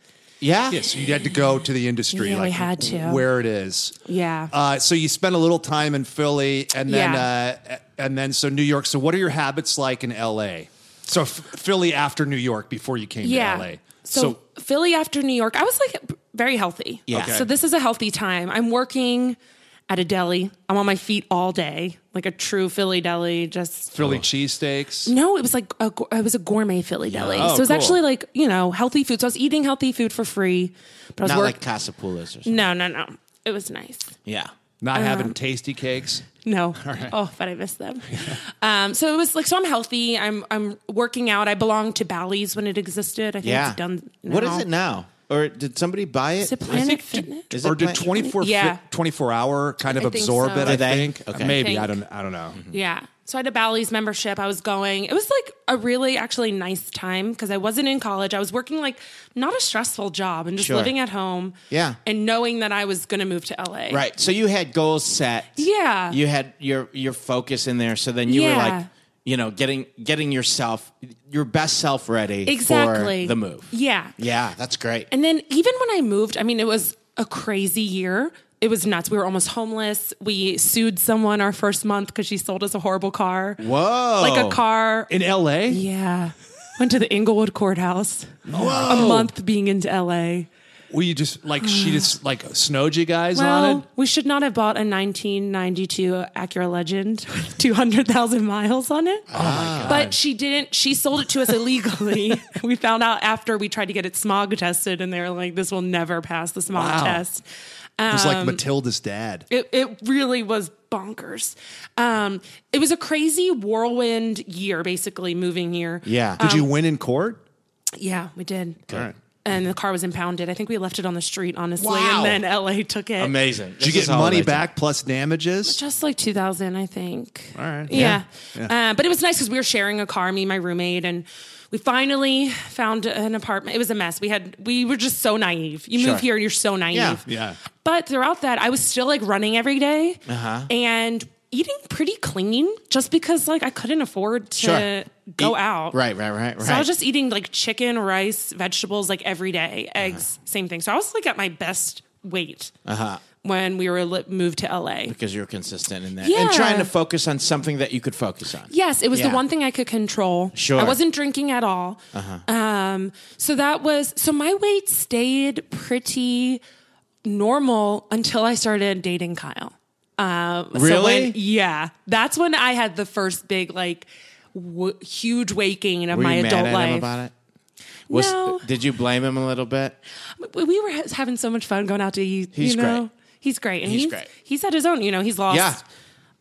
B: Yeah.
C: Yeah, so you had to go to the industry.
D: Yeah, we
C: like,
D: had to.
C: Where it is.
D: Yeah.
C: Uh, so you spent a little time in Philly, and then
D: Yeah.
C: uh, and then so New York. So what are your habits like in L.A.? So F- Philly after New York before you came
D: yeah.
C: to L.A.
D: So, Philly after New York, I was like very healthy.
B: Yeah. Okay.
D: So this is a healthy time. I'm working at a deli. I'm on my feet all day, like a true Philly deli, just
C: Philly cheesesteaks.
D: No, it was like a, gour- it was a gourmet Philly deli.
C: Oh,
D: so it was
C: cool.
D: actually like you know healthy food. So I was eating healthy food for free, but I was
B: Not like
D: working.
B: Casapulas or something.
D: no, no, no. It was nice.
B: Yeah.
C: Not
D: Uh-huh.
C: having tasty cakes.
D: No, oh, but I miss them. um, so it was like so I'm healthy. I'm I'm working out. I belonged to Bally's when it existed. I think
B: Yeah.
D: it's done. Now.
B: What is it now? or did somebody buy it?
D: Is it Planet Fitness?
B: Is it
C: or did
B: Planet-
C: 24
D: Yeah.
C: fit, 24 hour kind of
D: I think
C: absorb
D: so.
C: it?
B: Did
C: I
B: they?
C: think
B: Okay.
C: maybe
D: Think. Mm-hmm.
C: I don't I don't know.
B: Mm.
D: Yeah. So I had a Bally's membership. I was going. It was like a really actually nice time because I wasn't in college. I was working like not a stressful job and just
B: Sure.
D: living at home.
B: Yeah.
D: And knowing that I was going to move to LA.
B: Right. So you had goals set.
D: Yeah.
B: You had your your focus in there. So then you were
D: Yeah.
B: like, you know, getting getting yourself your best self ready
D: Exactly.
B: for the move.
D: Yeah.
B: Yeah, that's great.
D: And then even when I moved, I mean, it was a crazy year. It was nuts. We were almost homeless. We sued someone our first month because she sold us a horrible car.
B: Whoa.
D: Like a car.
C: In LA?
D: Yeah. Went to the Inglewood courthouse. A month being into LA.
C: Were you just like she just like snowed you guys on it?
D: Ah. Well, we should not have bought a 1992 Acura Legend, 200,000 miles on it. Oh my God. But she didn't. She sold it to us illegally. we found out after we tried to get it smog tested, and they were like, "This will never pass the smog
C: Wow.
D: test." Um,
C: It was like Matilda's dad.
D: It, it really was bonkers. Um, it was a crazy whirlwind year, basically moving year.
B: yeah.
C: Did
D: Um,
C: you win in court?
D: yeah, we did.
B: Alright.
D: And the car was impounded. I think we left it on the street, honestly,
B: Wow.
D: and then LA took it.
B: Amazing.
C: Did you get money back plus damages?
D: Just like 2000, I think. All
C: right.
D: Yeah. Uh, but it was nice because we were sharing a car, me and my roommate, and we finally found an apartment. It was a mess. We had we were just so naive. You
B: Sure.
D: move here, you're so naive.
B: Yeah.
C: Yeah.
D: But throughout that, I was still like running every day and eating pretty clean, just because like I couldn't afford to
B: Sure.
D: go
B: Eat-
D: out.
B: Right, right, right, right.
D: So I was just eating like chicken, rice, vegetables, like every day, eggs, same thing. So I was like at my best weight
B: Uh-huh.
D: when we were li- moved to LA.
B: because you're consistent in that
D: Yeah.
B: and trying to focus on something that you could focus on.
D: Yes, it was
B: Yeah.
D: the one thing I could control.
B: Sure. Uh-huh.
D: I wasn't drinking at all. Um, so that was so my weight stayed pretty normal until I started dating Kyle. Um, so
B: Really?
D: when- yeah, that's when I had the first big like w- huge weight gain of
B: Were
D: my
B: you mad
D: adult
B: at him
D: life.
B: about it? Was-
D: No.
B: Did you blame him a little bit?
D: we we were ha- having so much fun going out to eat.
B: He's
D: you know?
B: great.
D: He's great. And
B: He's
D: he's,
B: great.
D: He's had his own. You know, he's lost
B: Yeah.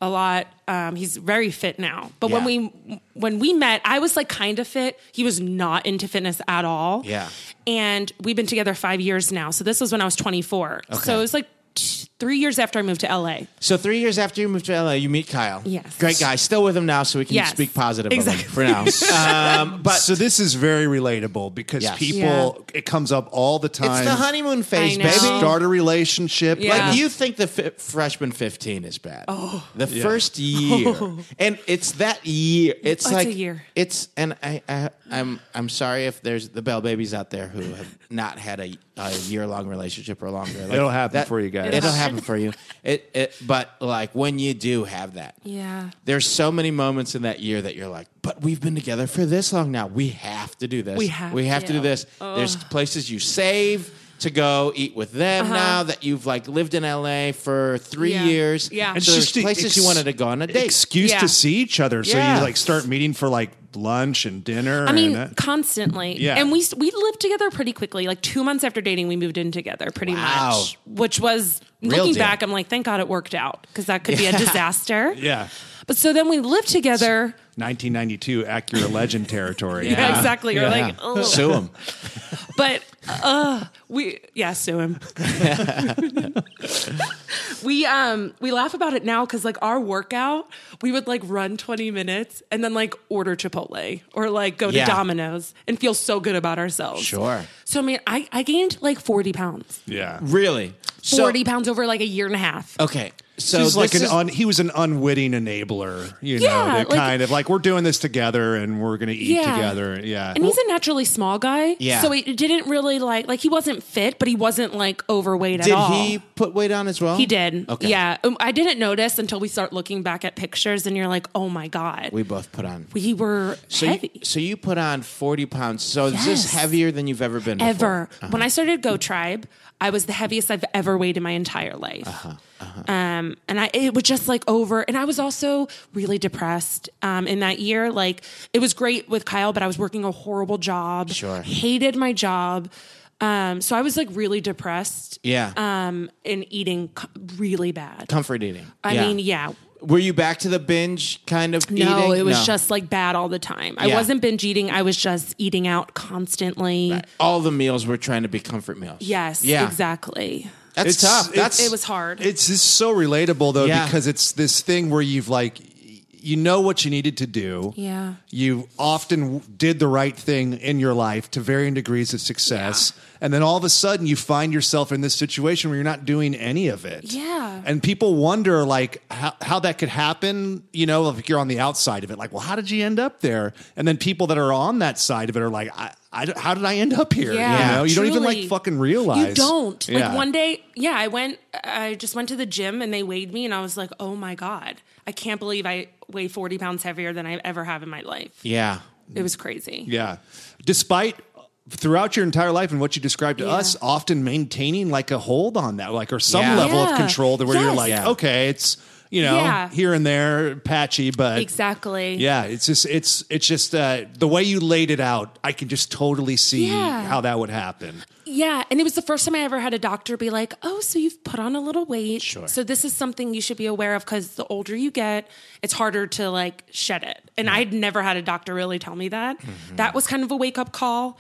D: a lot. Um, he's very fit now. But when
B: Yeah.
D: we when we met, I was like kind of fit. He was not into fitness at all.
B: Yeah.
D: And we've been together five years now. So this was when I was 24. So
B: Okay.
D: it was like t- three years after I moved to LA.
B: So three years after you moved to LA, you meet Kyle.
D: Yes.
B: great guy. Still with him now, so we can
D: Yes.
B: speak positive
D: Exactly.
B: of him for now. um, but
C: so this is very relatable because
B: Yes.
C: people it comes up all the
B: it's
C: time.
B: the honeymoon phase, baby.
D: I know.
C: Start a relationship.
D: Yeah.
B: Like you think the fi- freshman fifteen is bad? Oh, the first year, and it's that year. It's
D: It's a
B: like
D: year.
B: It's and I, I I'm I'm sorry if there's the bell babies out there who have not had a, a year long relationship or longer. Like,
C: It'll happen for you guys.
B: It'll happen for you. It, it but like when you do have that,
D: Yeah.
B: There's so many moments in that year that you're like, but we've been together for this long now. We have to do this.
D: We have
B: We have to,
D: to.
B: do this. There's places you save to go eat with them now that you've like lived in LA for three
D: Uh-huh. Yeah.
B: years.
D: Yeah.
B: And
D: It's
B: so there's
C: just the
B: places you
C: ex-
B: wanted to go on a date.
C: excuse
D: Yeah.
C: to see each other. So
B: Yeah.
C: you like start meeting for like lunch and dinner.
D: I mean,
C: and, uh,
D: constantly.
C: Yeah.
D: And we we lived together pretty quickly. Like two months after dating, we moved in together pretty
B: Wow.
D: much, which was
B: Real
D: looking
B: deal.
D: back. I'm like, thank God it worked out because that could be a disaster.
C: yeah.
D: But so then we lived together.
C: 1992 Acura Legend territory.
D: Yeah, exactly. You're like, oh,
B: Sue him.
D: but uh, we yeah, sue him. we um we laugh about it now because like our workout, we would like run 20 minutes and then like order Chipotle or like go to
B: Yeah.
D: Domino's and feel so good about ourselves.
B: Sure.
D: So I mean, I I gained like 40 pounds,
C: Yeah.
B: Really? So- Oh,
D: 40 pounds over like a year and a half.
B: Okay. So
C: He's like
B: this
C: an
B: is-
C: un, he was an unwitting enabler, you know,
D: Yeah,
C: that
D: like-
C: kind of like we're doing this together and we're going to eat
D: Yeah.
C: together. Yeah.
D: And he's a naturally small guy,
B: Yeah.
D: So it didn't really like like he wasn't fit, but he wasn't like overweight at
B: did
D: all.
B: he put weight on as well?
D: He did.
B: Okay.
D: Yeah. Um, I didn't notice until we start looking back at pictures and you're like, oh my God.
B: We
D: We,
B: both put on.
D: were
B: so
D: heavy.
B: You, so you put on 40 pounds. So this is
D: Yes.
B: heavier than you've ever been before.
D: ever. When I started Go Tribe, I was the heaviest I've ever weighed in my entire life.
B: Uh-huh.
D: Um, and I it was just like over. And I was also really depressed um, in that year. Like it was great with Kyle, but I was working a horrible job.
B: Sure.
D: hated my job. Um, so I was like really depressed.
B: Yeah.
D: Um, and eating c- really bad.
B: Comfort eating.
D: I mean, yeah.
B: Were you back to the binge kind of eating?
D: No, it was just like bad all the time. I
B: Yeah.
D: wasn't binge eating. I was just eating out constantly.
B: all the meals were trying to be comfort meals.
D: Yes,
B: Yeah.
D: exactly.
B: That's
C: It's-
B: tough.
C: it's-
B: That's
D: It was hard.
C: It's just so relatable though
B: Yeah.
C: because it's this thing where you've like y- you know what you needed to do.
D: Yeah.
C: You often w- did the right thing in your life to varying degrees of success. And then all of a sudden you find yourself in this situation where you're not doing any of it.
D: Yeah.
C: And people wonder like how, how that could happen, you know, if you're on the outside of it like, well, how did you end up there? And then people that are on that side of it are like, I, I don't- how did I end up here?
D: Yeah,
C: You know, you don't even
D: truly.
C: like fucking realize.
D: You don't.
C: Yeah.
D: Like one day, yeah, I went, I just went to the gym and they weighed me and I was like, oh my God, I can't believe I weigh 40 pounds heavier than I ever have in my life.
B: yeah.
D: It was crazy.
C: Yeah. Despite throughout your entire life and what you described to
D: Yeah.
C: us, often maintaining like a hold on that, like, or some
B: Yeah.
C: level of
D: Yeah.
C: control to where you're
D: Yes.
C: like,
B: Yeah.
C: okay, it's, you know,
D: Yeah.
C: here and there, patchy, but
D: Exactly.
C: yeah, it's just, it's, it's just uh, the way you laid it out. I can just totally see
D: Yeah.
C: how that would happen.
D: Yeah, and it was the first time I ever had a doctor be like, "Oh, so you've put on a little weight.
C: Sure.
D: So this is something you should be aware of because the older you get, it's harder to like shed it." And I'd never had a doctor really tell me that. That was kind of a wake up call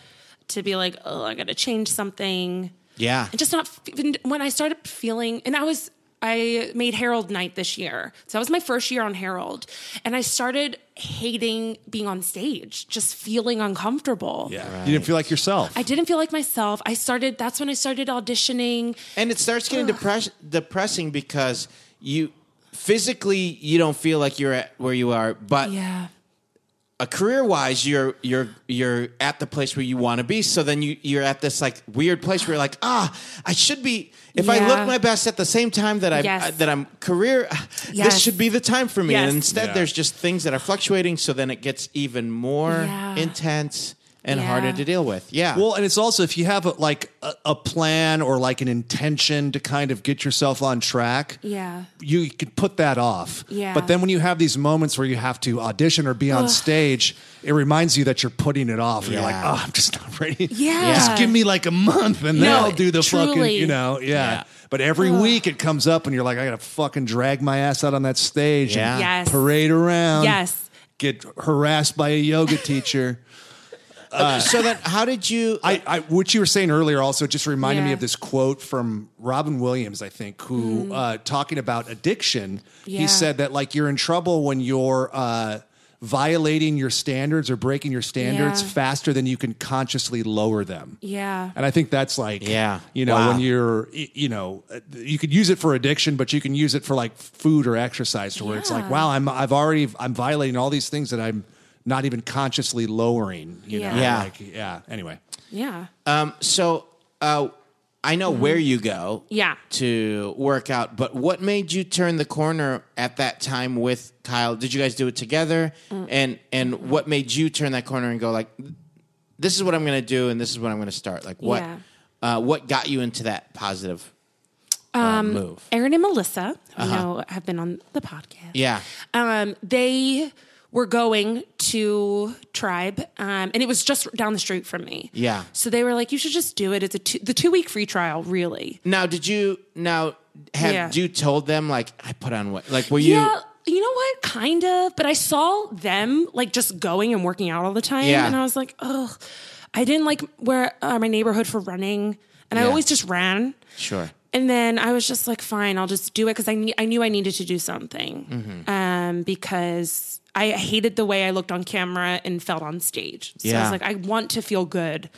D: to be like, "Oh, I got to change something."
B: Yeah.
D: and just not f- when I started feeling, and I was I made Herald night this year, so that was my first year on Herald, and I started hating being on stage, just feeling uncomfortable.
C: You didn't feel like yourself.
D: I didn't feel like myself. I started. That's when I started auditioning.
B: And it starts getting depress- depressing because you physically you don't feel like you're at where you are, but
D: Yeah,
B: a career wise you're you're you're at the place where you want to be. So then you you're at this like weird place where you're like, ah, I should be if I
D: Yeah.
B: look my best at the same time that I
D: Yes.
B: that I'm career,
D: Yes.
B: this should be the time for me.
D: Yes.
B: And instead,
C: Yeah.
B: there's just things that are fluctuating. So then it gets even more
D: Yeah.
B: intense and
D: Yeah.
B: harder to deal with. Yeah.
C: Well, and it's also if you have a, like a, a plan or like an intention to kind of get yourself on track.
D: Yeah.
C: You could put that off.
D: Yeah.
C: But then when you have these moments where you have to audition or be on stage, it reminds you that you're putting it off. And you're like,
B: Yeah.
C: oh, I'm just not ready.
D: Yeah.
C: Just give me like a month and then
D: No,
C: I'll do the fucking,
D: truly.
C: you know, yeah.
B: Yeah.
C: But every week it comes up and you're like, I got to fucking drag my ass out on that stage and
B: Yeah.
D: Yes.
C: parade around.
D: Yes.
C: Get harassed by a yoga teacher.
B: so then how did you?
C: I, I what you were saying earlier also just reminded me
D: Yeah. Mm-hmm.
C: of this quote from Robin Williams, I think, who uh, talking about addiction. He
D: Yeah.
C: said that like you're in trouble when you're uh, violating your standards or breaking your standards
D: Yeah.
C: faster than you can consciously lower them.
D: yeah,
B: Uh,
C: And I think that's like,
B: Yeah.
C: you know,
B: Wow.
C: when you're, y- you know, uh, you could use it for addiction, but you can use it for like food or exercise, to where it's like,
D: Yeah.
C: wow, I'm, I've already, I'm violating all these things that I'm not even consciously lowering. You know,
D: Yeah.
B: Yeah.
C: like, yeah. Anyway,
D: yeah,
B: Um, so uh, I know where you go
D: Mm-hmm. Yeah.
B: to work out, but what made you turn the corner at that time with Kyle? Did you guys do it together?
D: Mm.
B: And and what made you turn that corner and go like, this is what I'm going to do, and this is what I'm going to start? Like what?
D: Yeah.
B: Uh, what got you into that positive uh,
D: Um,
B: move?
D: Aaron and Melissa, who know, have been on the
B: Uh-huh.
D: podcast.
B: Yeah.
D: um, they were going to Tribe, um, and it was just down the street from me.
B: Yeah.
D: So they were like, "You should just do it. It's a two, the two week free trial, really."
B: Now, did you now have
D: Yeah.
B: you told them like I put on what? Like were you?
D: yeah, you know what? Kind of, but I saw them like just going and working out all the time,
B: Yeah.
D: and I was like, oh, I didn't like where uh, my neighborhood for running, and I
B: Yeah.
D: always just ran.
B: Sure.
D: And then I was just like, fine, I'll just do it because I knew I knew I needed to do something
B: Mm-hmm.
D: um, because I hated the way I looked on camera and felt on stage. So I
B: Yeah.
D: was like, I want to feel good.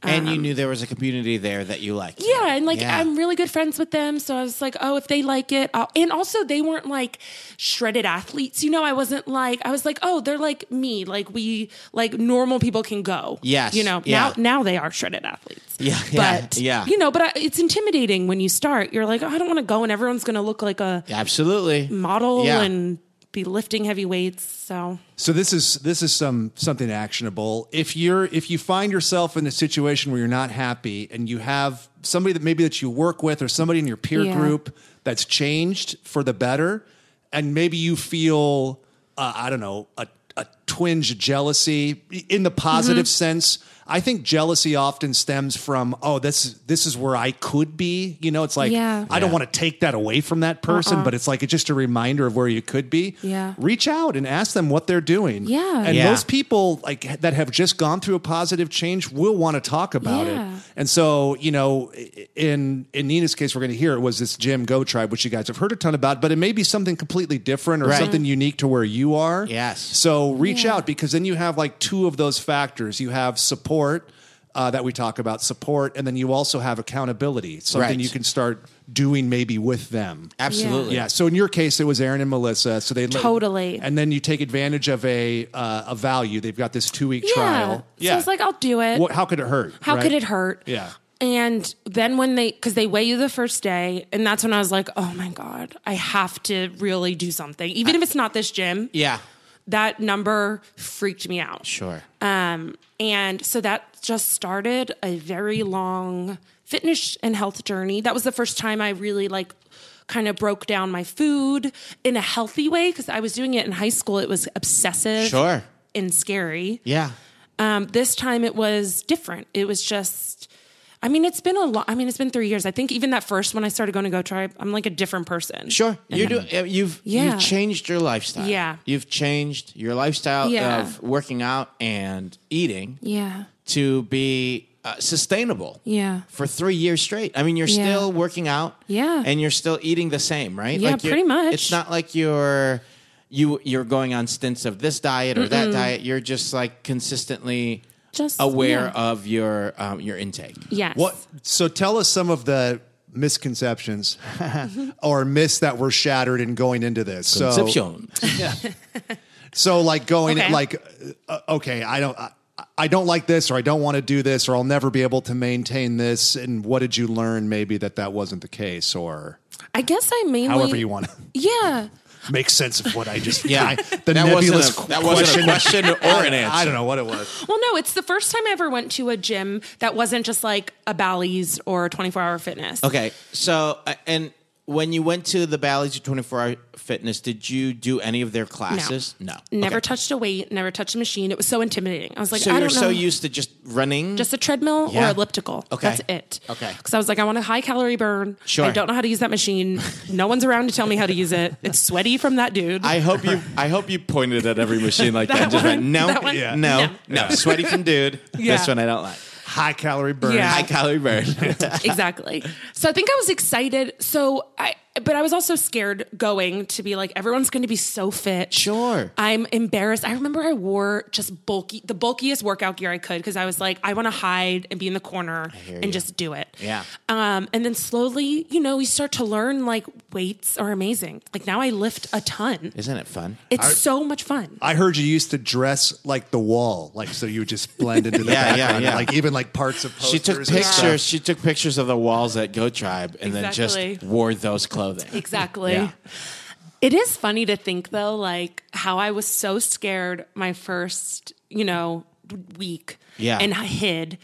B: and you knew there was a community there that you liked.
D: Uh, um, Yeah, and like
B: Yeah.
D: I'm really good friends with them, so I was like, oh, if they like it, I'll... and also they weren't like shredded athletes, you know. I wasn't like I was like, oh, they're like me, like we like normal people can go.
B: Yes,
D: you know.
B: yeah.
D: Now now they are shredded athletes.
B: Yeah, yeah,
D: but
B: yeah.
D: you know, but I, it's intimidating when you start. You're like, oh, I don't want to go, and everyone's going to look like a
B: Absolutely.
D: model
B: Yeah.
D: and be lifting heavy weights. So
C: So this is this is some something actionable. If you're if you find yourself in a situation where you're not happy and you have somebody that maybe that you work with or somebody in your peer
D: Yeah.
C: group that's changed for the better, and maybe you
D: Mm-hmm.
C: feel uh, I don't know a, a twinge of jealousy in the positive sense. I think jealousy often stems from oh this this is where I could be. You know, it's like
D: Yeah. Uh-uh.
C: I don't
B: Yeah.
C: want to take that away from that person, but it's like it's just a reminder of where you could be.
D: Yeah.
C: reach out and ask them what they're doing.
D: Yeah.
C: and
B: Yeah.
C: most people like that have just gone through a positive change will want to talk about
D: Yeah.
C: it. And so, you know, i- in in Nina's case, we're going to hear it was this Jim Go tribe, which you guys have heard a ton about, but it may be something completely different or
B: Right.
C: something unique to where you are.
B: Yes.
C: So reach
D: Mm. Yeah.
C: out because then you have like two of those factors. You have support uh, that we talk about, support, and then you also have accountability, something
B: Right.
C: you can start doing maybe with them.
B: Absolutely.
C: Yeah. So in your case, it was Aaron and Melissa. So they let-
D: Totally.
C: and then you take advantage of a uh, a value. They've got this two week trial.
D: So I was like, I'll do it.
C: What- how could it hurt?
D: How
C: right?
D: could it hurt?
C: Yeah.
D: And then when they, because they weigh you the first day, and that's when I was like, oh my God, I have to really do something. Even if it's not this gym,
B: Yeah.
D: that number freaked me out.
B: Sure.
D: Um, and so that just started a very long fitness and health journey. That was the first time I really like kind of broke down my food in a healthy way because I was doing it in high school. It was obsessive
B: Sure.
D: and scary.
B: Yeah.
D: Um, this time it was different. It was just, I mean, it's been a lot. I mean, it's been three years. I think even that first when I started going to Go Tribe, I'm like a different person.
B: Sure. You do. uh, You've
D: Yeah.
B: you've changed your lifestyle.
D: Yeah.
B: You've changed your lifestyle
D: Yeah.
B: of working out and eating
D: Yeah.
B: to be uh, sustainable.
D: Yeah.
B: For three years straight. I mean, you're
D: Yeah.
B: still working out.
D: Yeah.
B: And you're still eating the same, right?
D: Yeah,
B: you're-
D: pretty much.
B: It's not like you're you you're going on stints of this diet or that diet. You're just like consistently
D: Just-
B: aware
D: yeah.
B: of your um, your intake.
D: Yes.
C: What? So tell us some of the misconceptions or myths that were shattered in going into this. So,
B: Conception.
C: so like going
D: Okay.
C: like, uh, okay, I don't. I, I don't like this, or I don't want to do this, or I'll never be able to maintain this. And what did you learn? Maybe that that wasn't the case, or
D: I guess I mainly.
C: however you want
D: Yeah.
C: to make sense of what I just.
B: Yeah.
C: I- the
B: that
C: nebulous
B: wasn't a, that wasn't a question or an answer.
C: I don't know what it was.
D: Well, no, it's the first time I ever went to a gym that wasn't just like a Bally's or 24 hour fitness.
B: Okay, so uh, and when you went to the Bally's or Twenty Four Hour Fitness, did you do any of their classes? No,
D: Never
B: Okay.
D: touched a weight, never touched a machine. It was so intimidating. I was like,
B: So
D: I
B: you're
D: don't know.
B: so used to just running.
D: just a treadmill
B: Yeah.
D: or elliptical.
B: Okay.
D: That's it.
B: Okay.
D: Because I was like, I want a high calorie burn.
B: Sure.
D: I don't know how to use that machine. no one's around to tell me how to use it. It's sweaty from that dude.
B: I hope you. I hope you pointed at every machine like that. and just went
D: one,
B: no,
D: that one,
B: no,
D: Yeah.
B: no,
D: no.
B: Sweaty from dude.
D: Yeah.
B: This one I don't like.
C: High calorie burn.
D: Yeah.
B: High calorie burn.
D: exactly. So I think I was excited. So I, but I was also scared going to be like, everyone's going to be so fit.
B: Sure.
D: I'm embarrassed. I remember I wore just bulky, the bulkiest workout gear I could because I was like, I want to hide and be in the corner and
B: you.
D: just do it.
B: Yeah.
D: Um, and then slowly, you know, you start to learn like weights are amazing. Like now I lift a ton.
B: Isn't it fun?
D: It's so much fun.
C: I heard you used to dress like the wall, like so you would just blend into the
B: Yeah, yeah,
C: background,
B: yeah.
C: like even like parts of posters.
B: She took
C: and stuff.
B: pictures. She took pictures of the walls at Go Tribe and then just
D: Exactly.
B: wore those clothing.
D: Exactly.
B: Yeah.
D: It is funny to think though, like how I was so scared my first, you know, week.
B: Yeah.
D: And I hid.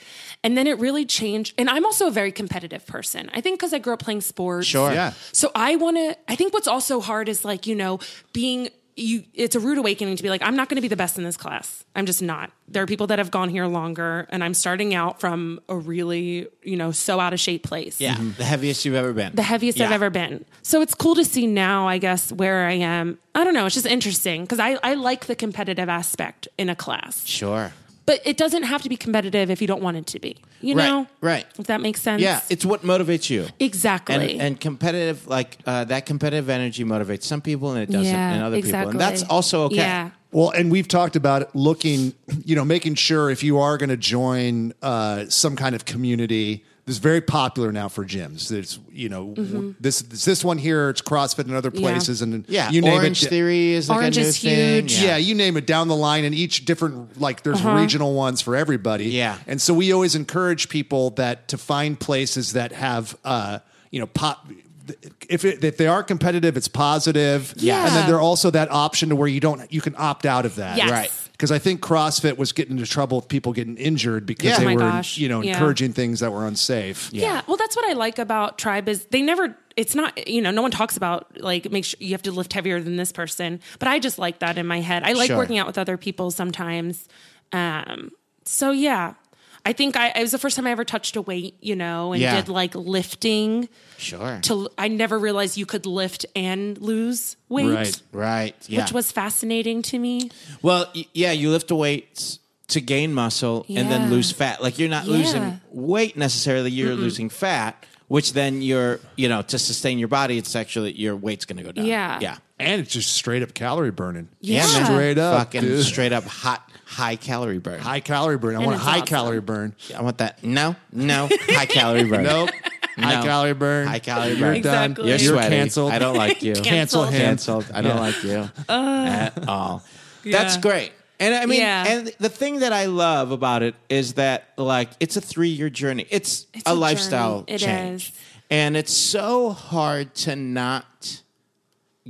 D: And then it really changed. And I'm also a very competitive person. I think because I grew up playing sports.
B: Sure.
C: Yeah.
D: So I want to, I think what's also hard is like, you know, being, you, it's a rude awakening to be like, I'm not going to be the best in this class. I'm just not. There are people that have gone here longer, and I'm starting out from a really, you know, so out of shape place
B: Yeah. The heaviest you've ever been.
D: the heaviest I've
B: Yeah.
D: ever been. So it's cool to see now, I guess, where I am. I don't know. It's just interesting because I, I like the competitive aspect in a class,
B: Sure.
D: but it doesn't have to be competitive if you don't want it to be, you
B: Right,
D: know?
B: right.
D: If that makes sense.
B: Yeah. It's what motivates you.
D: exactly.
B: and, and competitive like uh, that competitive energy motivates some people and it doesn't
D: yeah,
B: and other people
D: exactly.
B: and that's also okay
D: Yeah.
C: Well, and we've talked about it, looking, you know, making sure if you are going to join uh, some kind of community. This is very popular now for gyms. It's you know this this one here. It's CrossFit and other
D: Yeah.
C: places, and
B: yeah
C: you name
B: orange
C: it.
B: theory is like
D: Orange
B: a new
D: is
B: thing.
D: huge.
C: yeah. you name it down the line, and each different like there's
D: Uh-huh.
C: regional ones for everybody.
B: Yeah.
C: and so we always encourage people that to find places that have uh, you know pop. If, it, if they are competitive, it's positive.
D: Yeah.
C: and then they're also that option to where you don't you can opt out of that.
D: Yes.
B: Right.
C: Because I think CrossFit was getting into trouble with people getting injured because
B: Yeah. Oh
C: they
D: my
C: were
D: gosh.
C: you know
D: Yeah.
C: encouraging things that were unsafe.
D: Yeah. Well, that's what I like about tribe is they never. It's not you know no one talks about like make sure you have to lift heavier than this person, but I just like that in my head. I like
B: Sure.
D: working out with other people sometimes. Um, so yeah, I think I it was the first time I ever touched a weight, you know, and
B: Yeah.
D: did like lifting.
B: Sure.
D: To I never realized you could lift and lose weight,
C: Right.
B: right. Yeah.
D: which was fascinating to me.
B: Well, y- yeah, you lift weights to gain muscle and
D: Yeah.
B: then lose fat. Like you're not
D: Yeah.
B: losing weight necessarily, you're losing fat, which then you're, you know, to sustain your body, it's actually your weight's going to go down.
D: Yeah.
B: Yeah.
C: and it's just straight up calorie burning.
D: Yeah.
B: man.
C: Straight up,
B: Fucking
C: dude.
B: straight up hot, high calorie burn.
C: High calorie burn. I
D: And
C: want a
D: it's
C: high
D: awesome.
C: calorie burn.
B: I want that. No, no, high calorie burn.
C: Nope.
B: No.
C: High calorie burn.
B: High calorie
C: You're
B: burn.
C: done.
D: Exactly.
B: You're,
D: You're
B: sweaty.
C: canceled.
B: I don't like you.
C: Cancel him.
B: canceled. I don't
C: Yeah.
B: like you at all. That's
D: Uh, Yeah.
B: great. And I mean,
D: Yeah.
B: and the thing that I love about it is that like it's a three year journey. It's,
D: It's
B: a,
D: a
B: lifestyle
D: journey. It
B: change,
D: is.
B: and it's so hard to not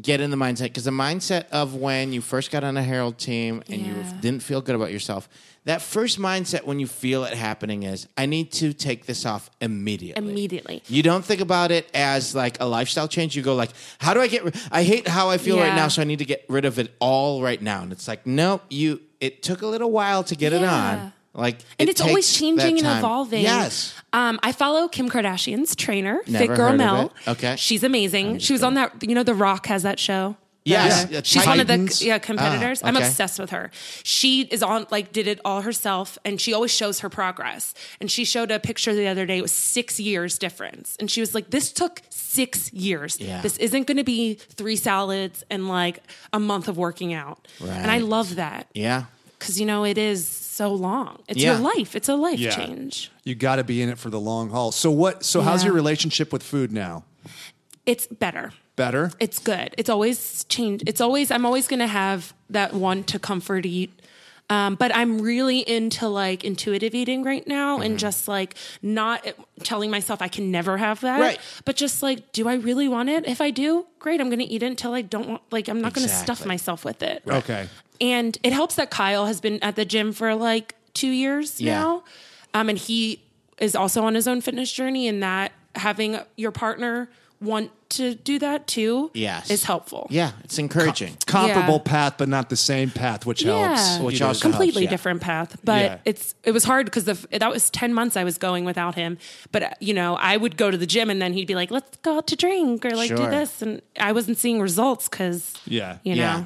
B: get in the mindset because the mindset of when you first got on a Herald team and
D: Yeah.
B: you didn't feel good about yourself. That first mindset when you feel it happening is, I need to take this off immediately.
D: Immediately.
B: You don't think about it as like a lifestyle change. You go like, how do I get? Ri- I hate how I feel right
D: Yeah.
B: now, so I need to get rid of it all right now. And it's like, no, you. It took a little while to get it
D: Yeah.
B: on. Like,
D: and
B: it
D: it's always
B: takes
D: changing
B: that
D: and
B: time.
D: evolving.
B: Yes,
D: Um, I follow Kim Kardashian's trainer,
B: Never
D: Fit Girl
B: heard of
D: Mel.
B: it. Okay.
D: She's amazing. She was on that. You know, The Rock has that show.
B: Yes.
D: The-
B: Yeah.
D: she's one of the
C: Titans.
D: yeah competitors.
B: Ah,
D: I'm
B: okay.
D: obsessed with her. She is on like did it all herself, and she always shows her progress. And she showed a picture the other day. It was six years difference, and she was like, "This took six years.
B: Yeah.
D: This isn't going to be three salads and like a month of working out." And I
B: Right.
D: love that
B: yeah.
D: because you know it is so long. It's
B: Yeah.
D: your life. It's a life
C: Yeah.
D: change.
C: You got to be in it for the long haul. So what? So how's
D: Yeah.
C: your relationship with food now?
D: It's better.
C: Better.
D: It's good. It's always changed. It's always I'm always gonna have that one to comfort eat. Um, but I'm really into like intuitive eating right now
B: Mm-hmm.
D: and just like not telling myself I can never have that.
B: Right.
D: But just like, do I really want it? If I do, great. I'm gonna eat it until I don't want. Like, I'm not gonna stuff
B: Exactly.
D: myself with it.
C: Okay.
D: And it helps that Kyle has been at the gym for like two years
B: Yeah.
D: now. Um, and he is also on his own fitness journey, and that having your partner want to do that too
B: Yes.
D: is helpful.
B: Yeah, it's encouraging.
C: Comparable
D: Yeah.
C: path, but not the same path, which helps.
D: Yeah,
B: Which
C: You know,
B: also
D: completely
B: helps, yeah.
D: different path, but
C: Yeah.
D: it's it was hard because that was ten months I was going without him. But uh, you know, I would go to the gym and then he'd be like, "Let's go out to drink" or like do
B: Sure.
D: this, and I wasn't seeing results because
C: Yeah.
D: you know,
B: Yeah.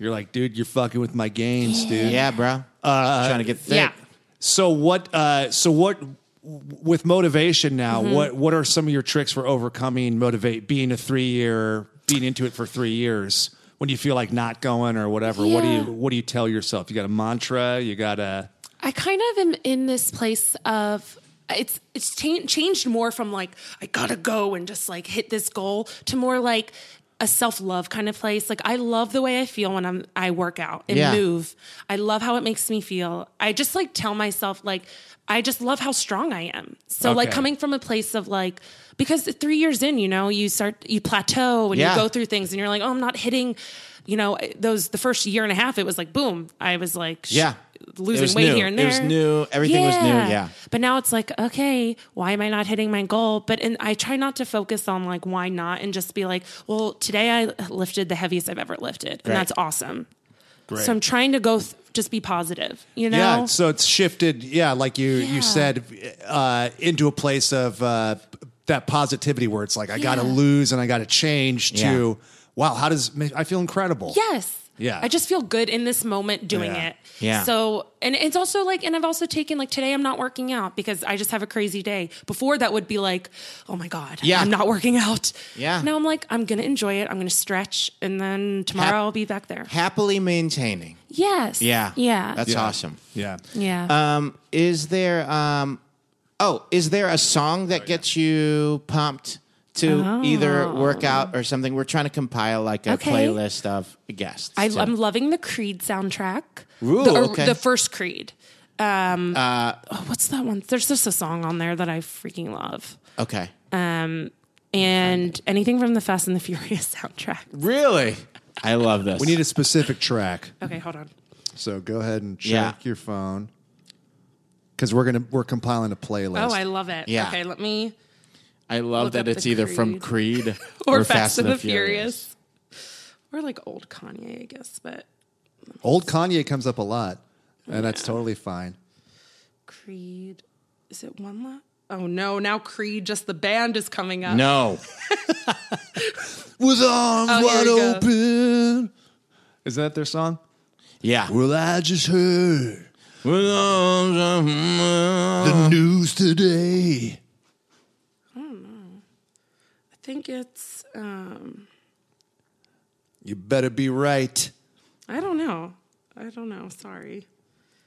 C: You're like, dude, you're fucking with my gains, dude.
B: Yeah, bro. Trying to get thick.
D: yeah.
C: So what? Uh, so what? With motivation now,
D: Mm-hmm.
C: what what are some of your tricks for overcoming motivate being a three year being into it for three years when you feel like not going or whatever? What do
D: Yeah.
C: you what do you tell yourself? You got a mantra? You got a
D: I kind of am in this place of it's it's cha- changed more from like I gotta go and just like hit this goal to more like a self love kind of place. Like I love the way I feel when I'm I work out and
B: Yeah.
D: move. I love how it makes me feel. I just like tell myself like I just love how strong I am. So like
C: Okay.
D: coming from a place of like because three years in, you know, you start you plateau and
B: Yeah.
D: you go through things and you're like, oh, I'm not hitting. You know, those the first year and a half, it was like boom. I was like, sh-
B: Yeah. It
D: losing
B: was
D: weight
B: new.
D: here and
B: It
D: there.
B: was new. Everything was new. Yeah.
D: But now it's like, okay, why am I not hitting my goal? But and I try not to focus on like why not and just be like, well, today I lifted the heaviest I've ever lifted, and
B: Right.
D: that's awesome.
C: Great.
D: So I'm trying to go th- just be positive, you know.
C: yeah. So it's shifted. Yeah, like you
D: Yeah.
C: you said uh, into a place of uh, that positivity where it's like I got to
D: Yeah.
C: lose and I got to change
B: Yeah.
C: to wow. How does I feel incredible?
D: Yes.
C: Yeah.
D: I just feel good in this moment doing
C: Yeah.
D: it.
B: Yeah.
D: So, and it's also like, and I've also taken like today I'm not working out because I just have a crazy day. Before that would be like, oh my God,
B: Yeah.
D: I'm not working out.
B: Yeah.
D: Now I'm like, I'm going to enjoy it. I'm going to stretch and then tomorrow
B: Hap-
D: I'll be back there.
B: Happily maintaining.
D: Yes.
B: Yeah.
D: Yeah.
B: That's
C: Yeah.
B: awesome.
C: Yeah.
D: yeah.
B: Um, is there um, oh, is there a song
C: Oh,
B: that gets you pumped to either work out or something? We're trying to compile like a
D: Oh. Okay.
B: playlist of guests.
D: I,
B: So-
D: I'm loving the Creed soundtrack.
B: Ooh,
D: the, or
B: okay. Uh,
D: the first Creed. Um, oh, what's that one? There's just a song on there that I freaking love.
B: okay.
D: And anything from the Fast and the Furious soundtrack.
B: Really? I love this.
C: We need a specific track.
D: Okay, hold on.
C: So go ahead and check
B: Yeah.
C: your phone because we're gonna we're compiling a playlist.
D: Oh, I love it.
B: Yeah.
D: Okay, let me.
B: I love
D: Look
B: that
D: up
B: it's
D: the
B: either from Creed or, Fast and the Furious.
D: Or like old Kanye, I guess, but
C: Old Kanye comes up a lot, and that's totally fine.
D: Creed. Is it one lap? Oh no! Now Creed, just the band is coming up.
B: No.
C: With arms
D: Oh, here we go.
C: open. Is that their song?
B: Yeah.
C: Well, I just heard
B: Well,
C: the news today.
D: I think it's. Um,
C: You better be right.
D: I don't know. I don't know. Sorry.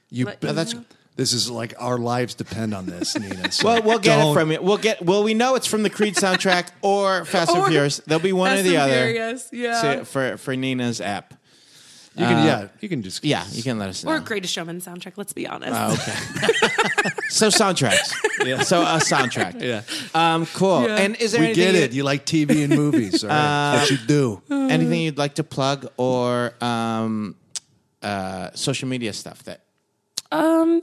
C: You
D: Let
C: be- oh,
D: you That's- know.
C: this is like our lives depend on this, Nina. so
B: we'll get
C: don't-
B: it from you. We'll get. Well, we know it's from the Creed soundtrack or Fast and
D: Or
B: Furious. There'll be one or
D: Fast
B: the
D: and
B: other
D: Furious, yeah.
B: to- for for Nina's app.
C: You can, yeah, you can just
B: uh, Yeah, you can let us know.
D: Or Greatest Showman soundtrack. Let's be honest.
B: Okay. so soundtracks. Yeah. So a soundtrack.
C: Yeah.
B: Um, cool.
D: Yeah.
B: And is there
C: We
B: anything
C: get it.
B: you-
C: You like TV and movies. All
B: Uh,
C: right. That's what you do.
B: anything you'd like to plug or um, uh, social media stuff that
D: Um,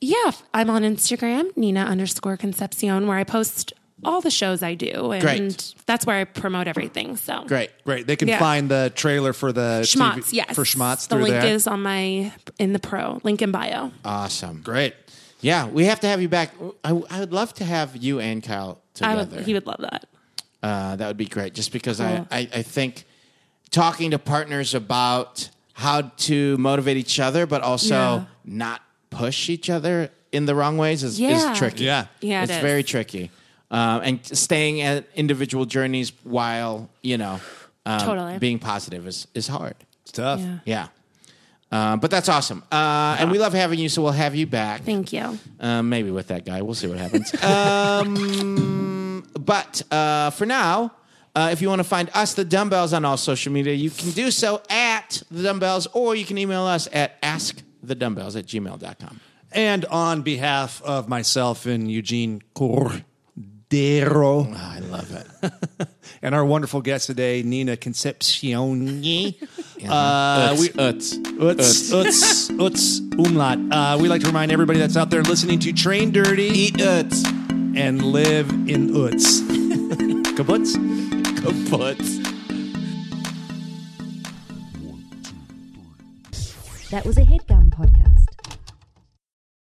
D: yeah, I'm on Instagram, Nina underscore Concepcion, where I post all the shows I do, and
B: Great.
D: that's where I promote everything. So
B: great.
C: Great. They can
D: Yeah.
C: find the trailer for the
D: Schmatz,
C: TV
D: yes,
C: for Schmatz
D: The
C: through
D: link
C: there.
D: is on my in the pro link in bio.
B: Awesome.
C: Great.
B: Yeah, we have to have you back. I, I would love to have you and Kyle
D: I
B: together.
D: would, he would love that.
B: uh, that would be great. Just because
D: Cool.
B: I, I, I think talking to partners about how to motivate each other, but also
D: Yeah.
B: not push each other in the wrong ways is,
D: Yeah.
B: is tricky.
C: Yeah.
D: Yeah, it
B: it's
D: is.
B: very tricky. Um, and staying at individual journeys while you know um,
D: Totally.
B: being positive is is hard.
C: It's tough.
D: Yeah.
B: Yeah. Um, but that's awesome. Uh, And we love having you, so we'll have you back.
D: Thank you.
B: Um, maybe with that guy. We'll see what happens. um, but uh, for now, uh, if you want to find us, the dumbbells, on all social media, you can do so at the dumbbells or you can email us at askthedumbbells at gmail.com.
C: And on behalf of myself and Eugene Cordero
B: Oh, I love it.
C: and our wonderful guest today, Nina Concepcion.
B: Uh,
C: we-
B: Uts.
C: Uts, uts, uts, umlaut. Uh, we like to remind everybody that's out there listening to Train Dirty
B: Eat Uts.
C: and live in uts. Kabuts?
B: Kaputs.
A: That was a headgum podcast.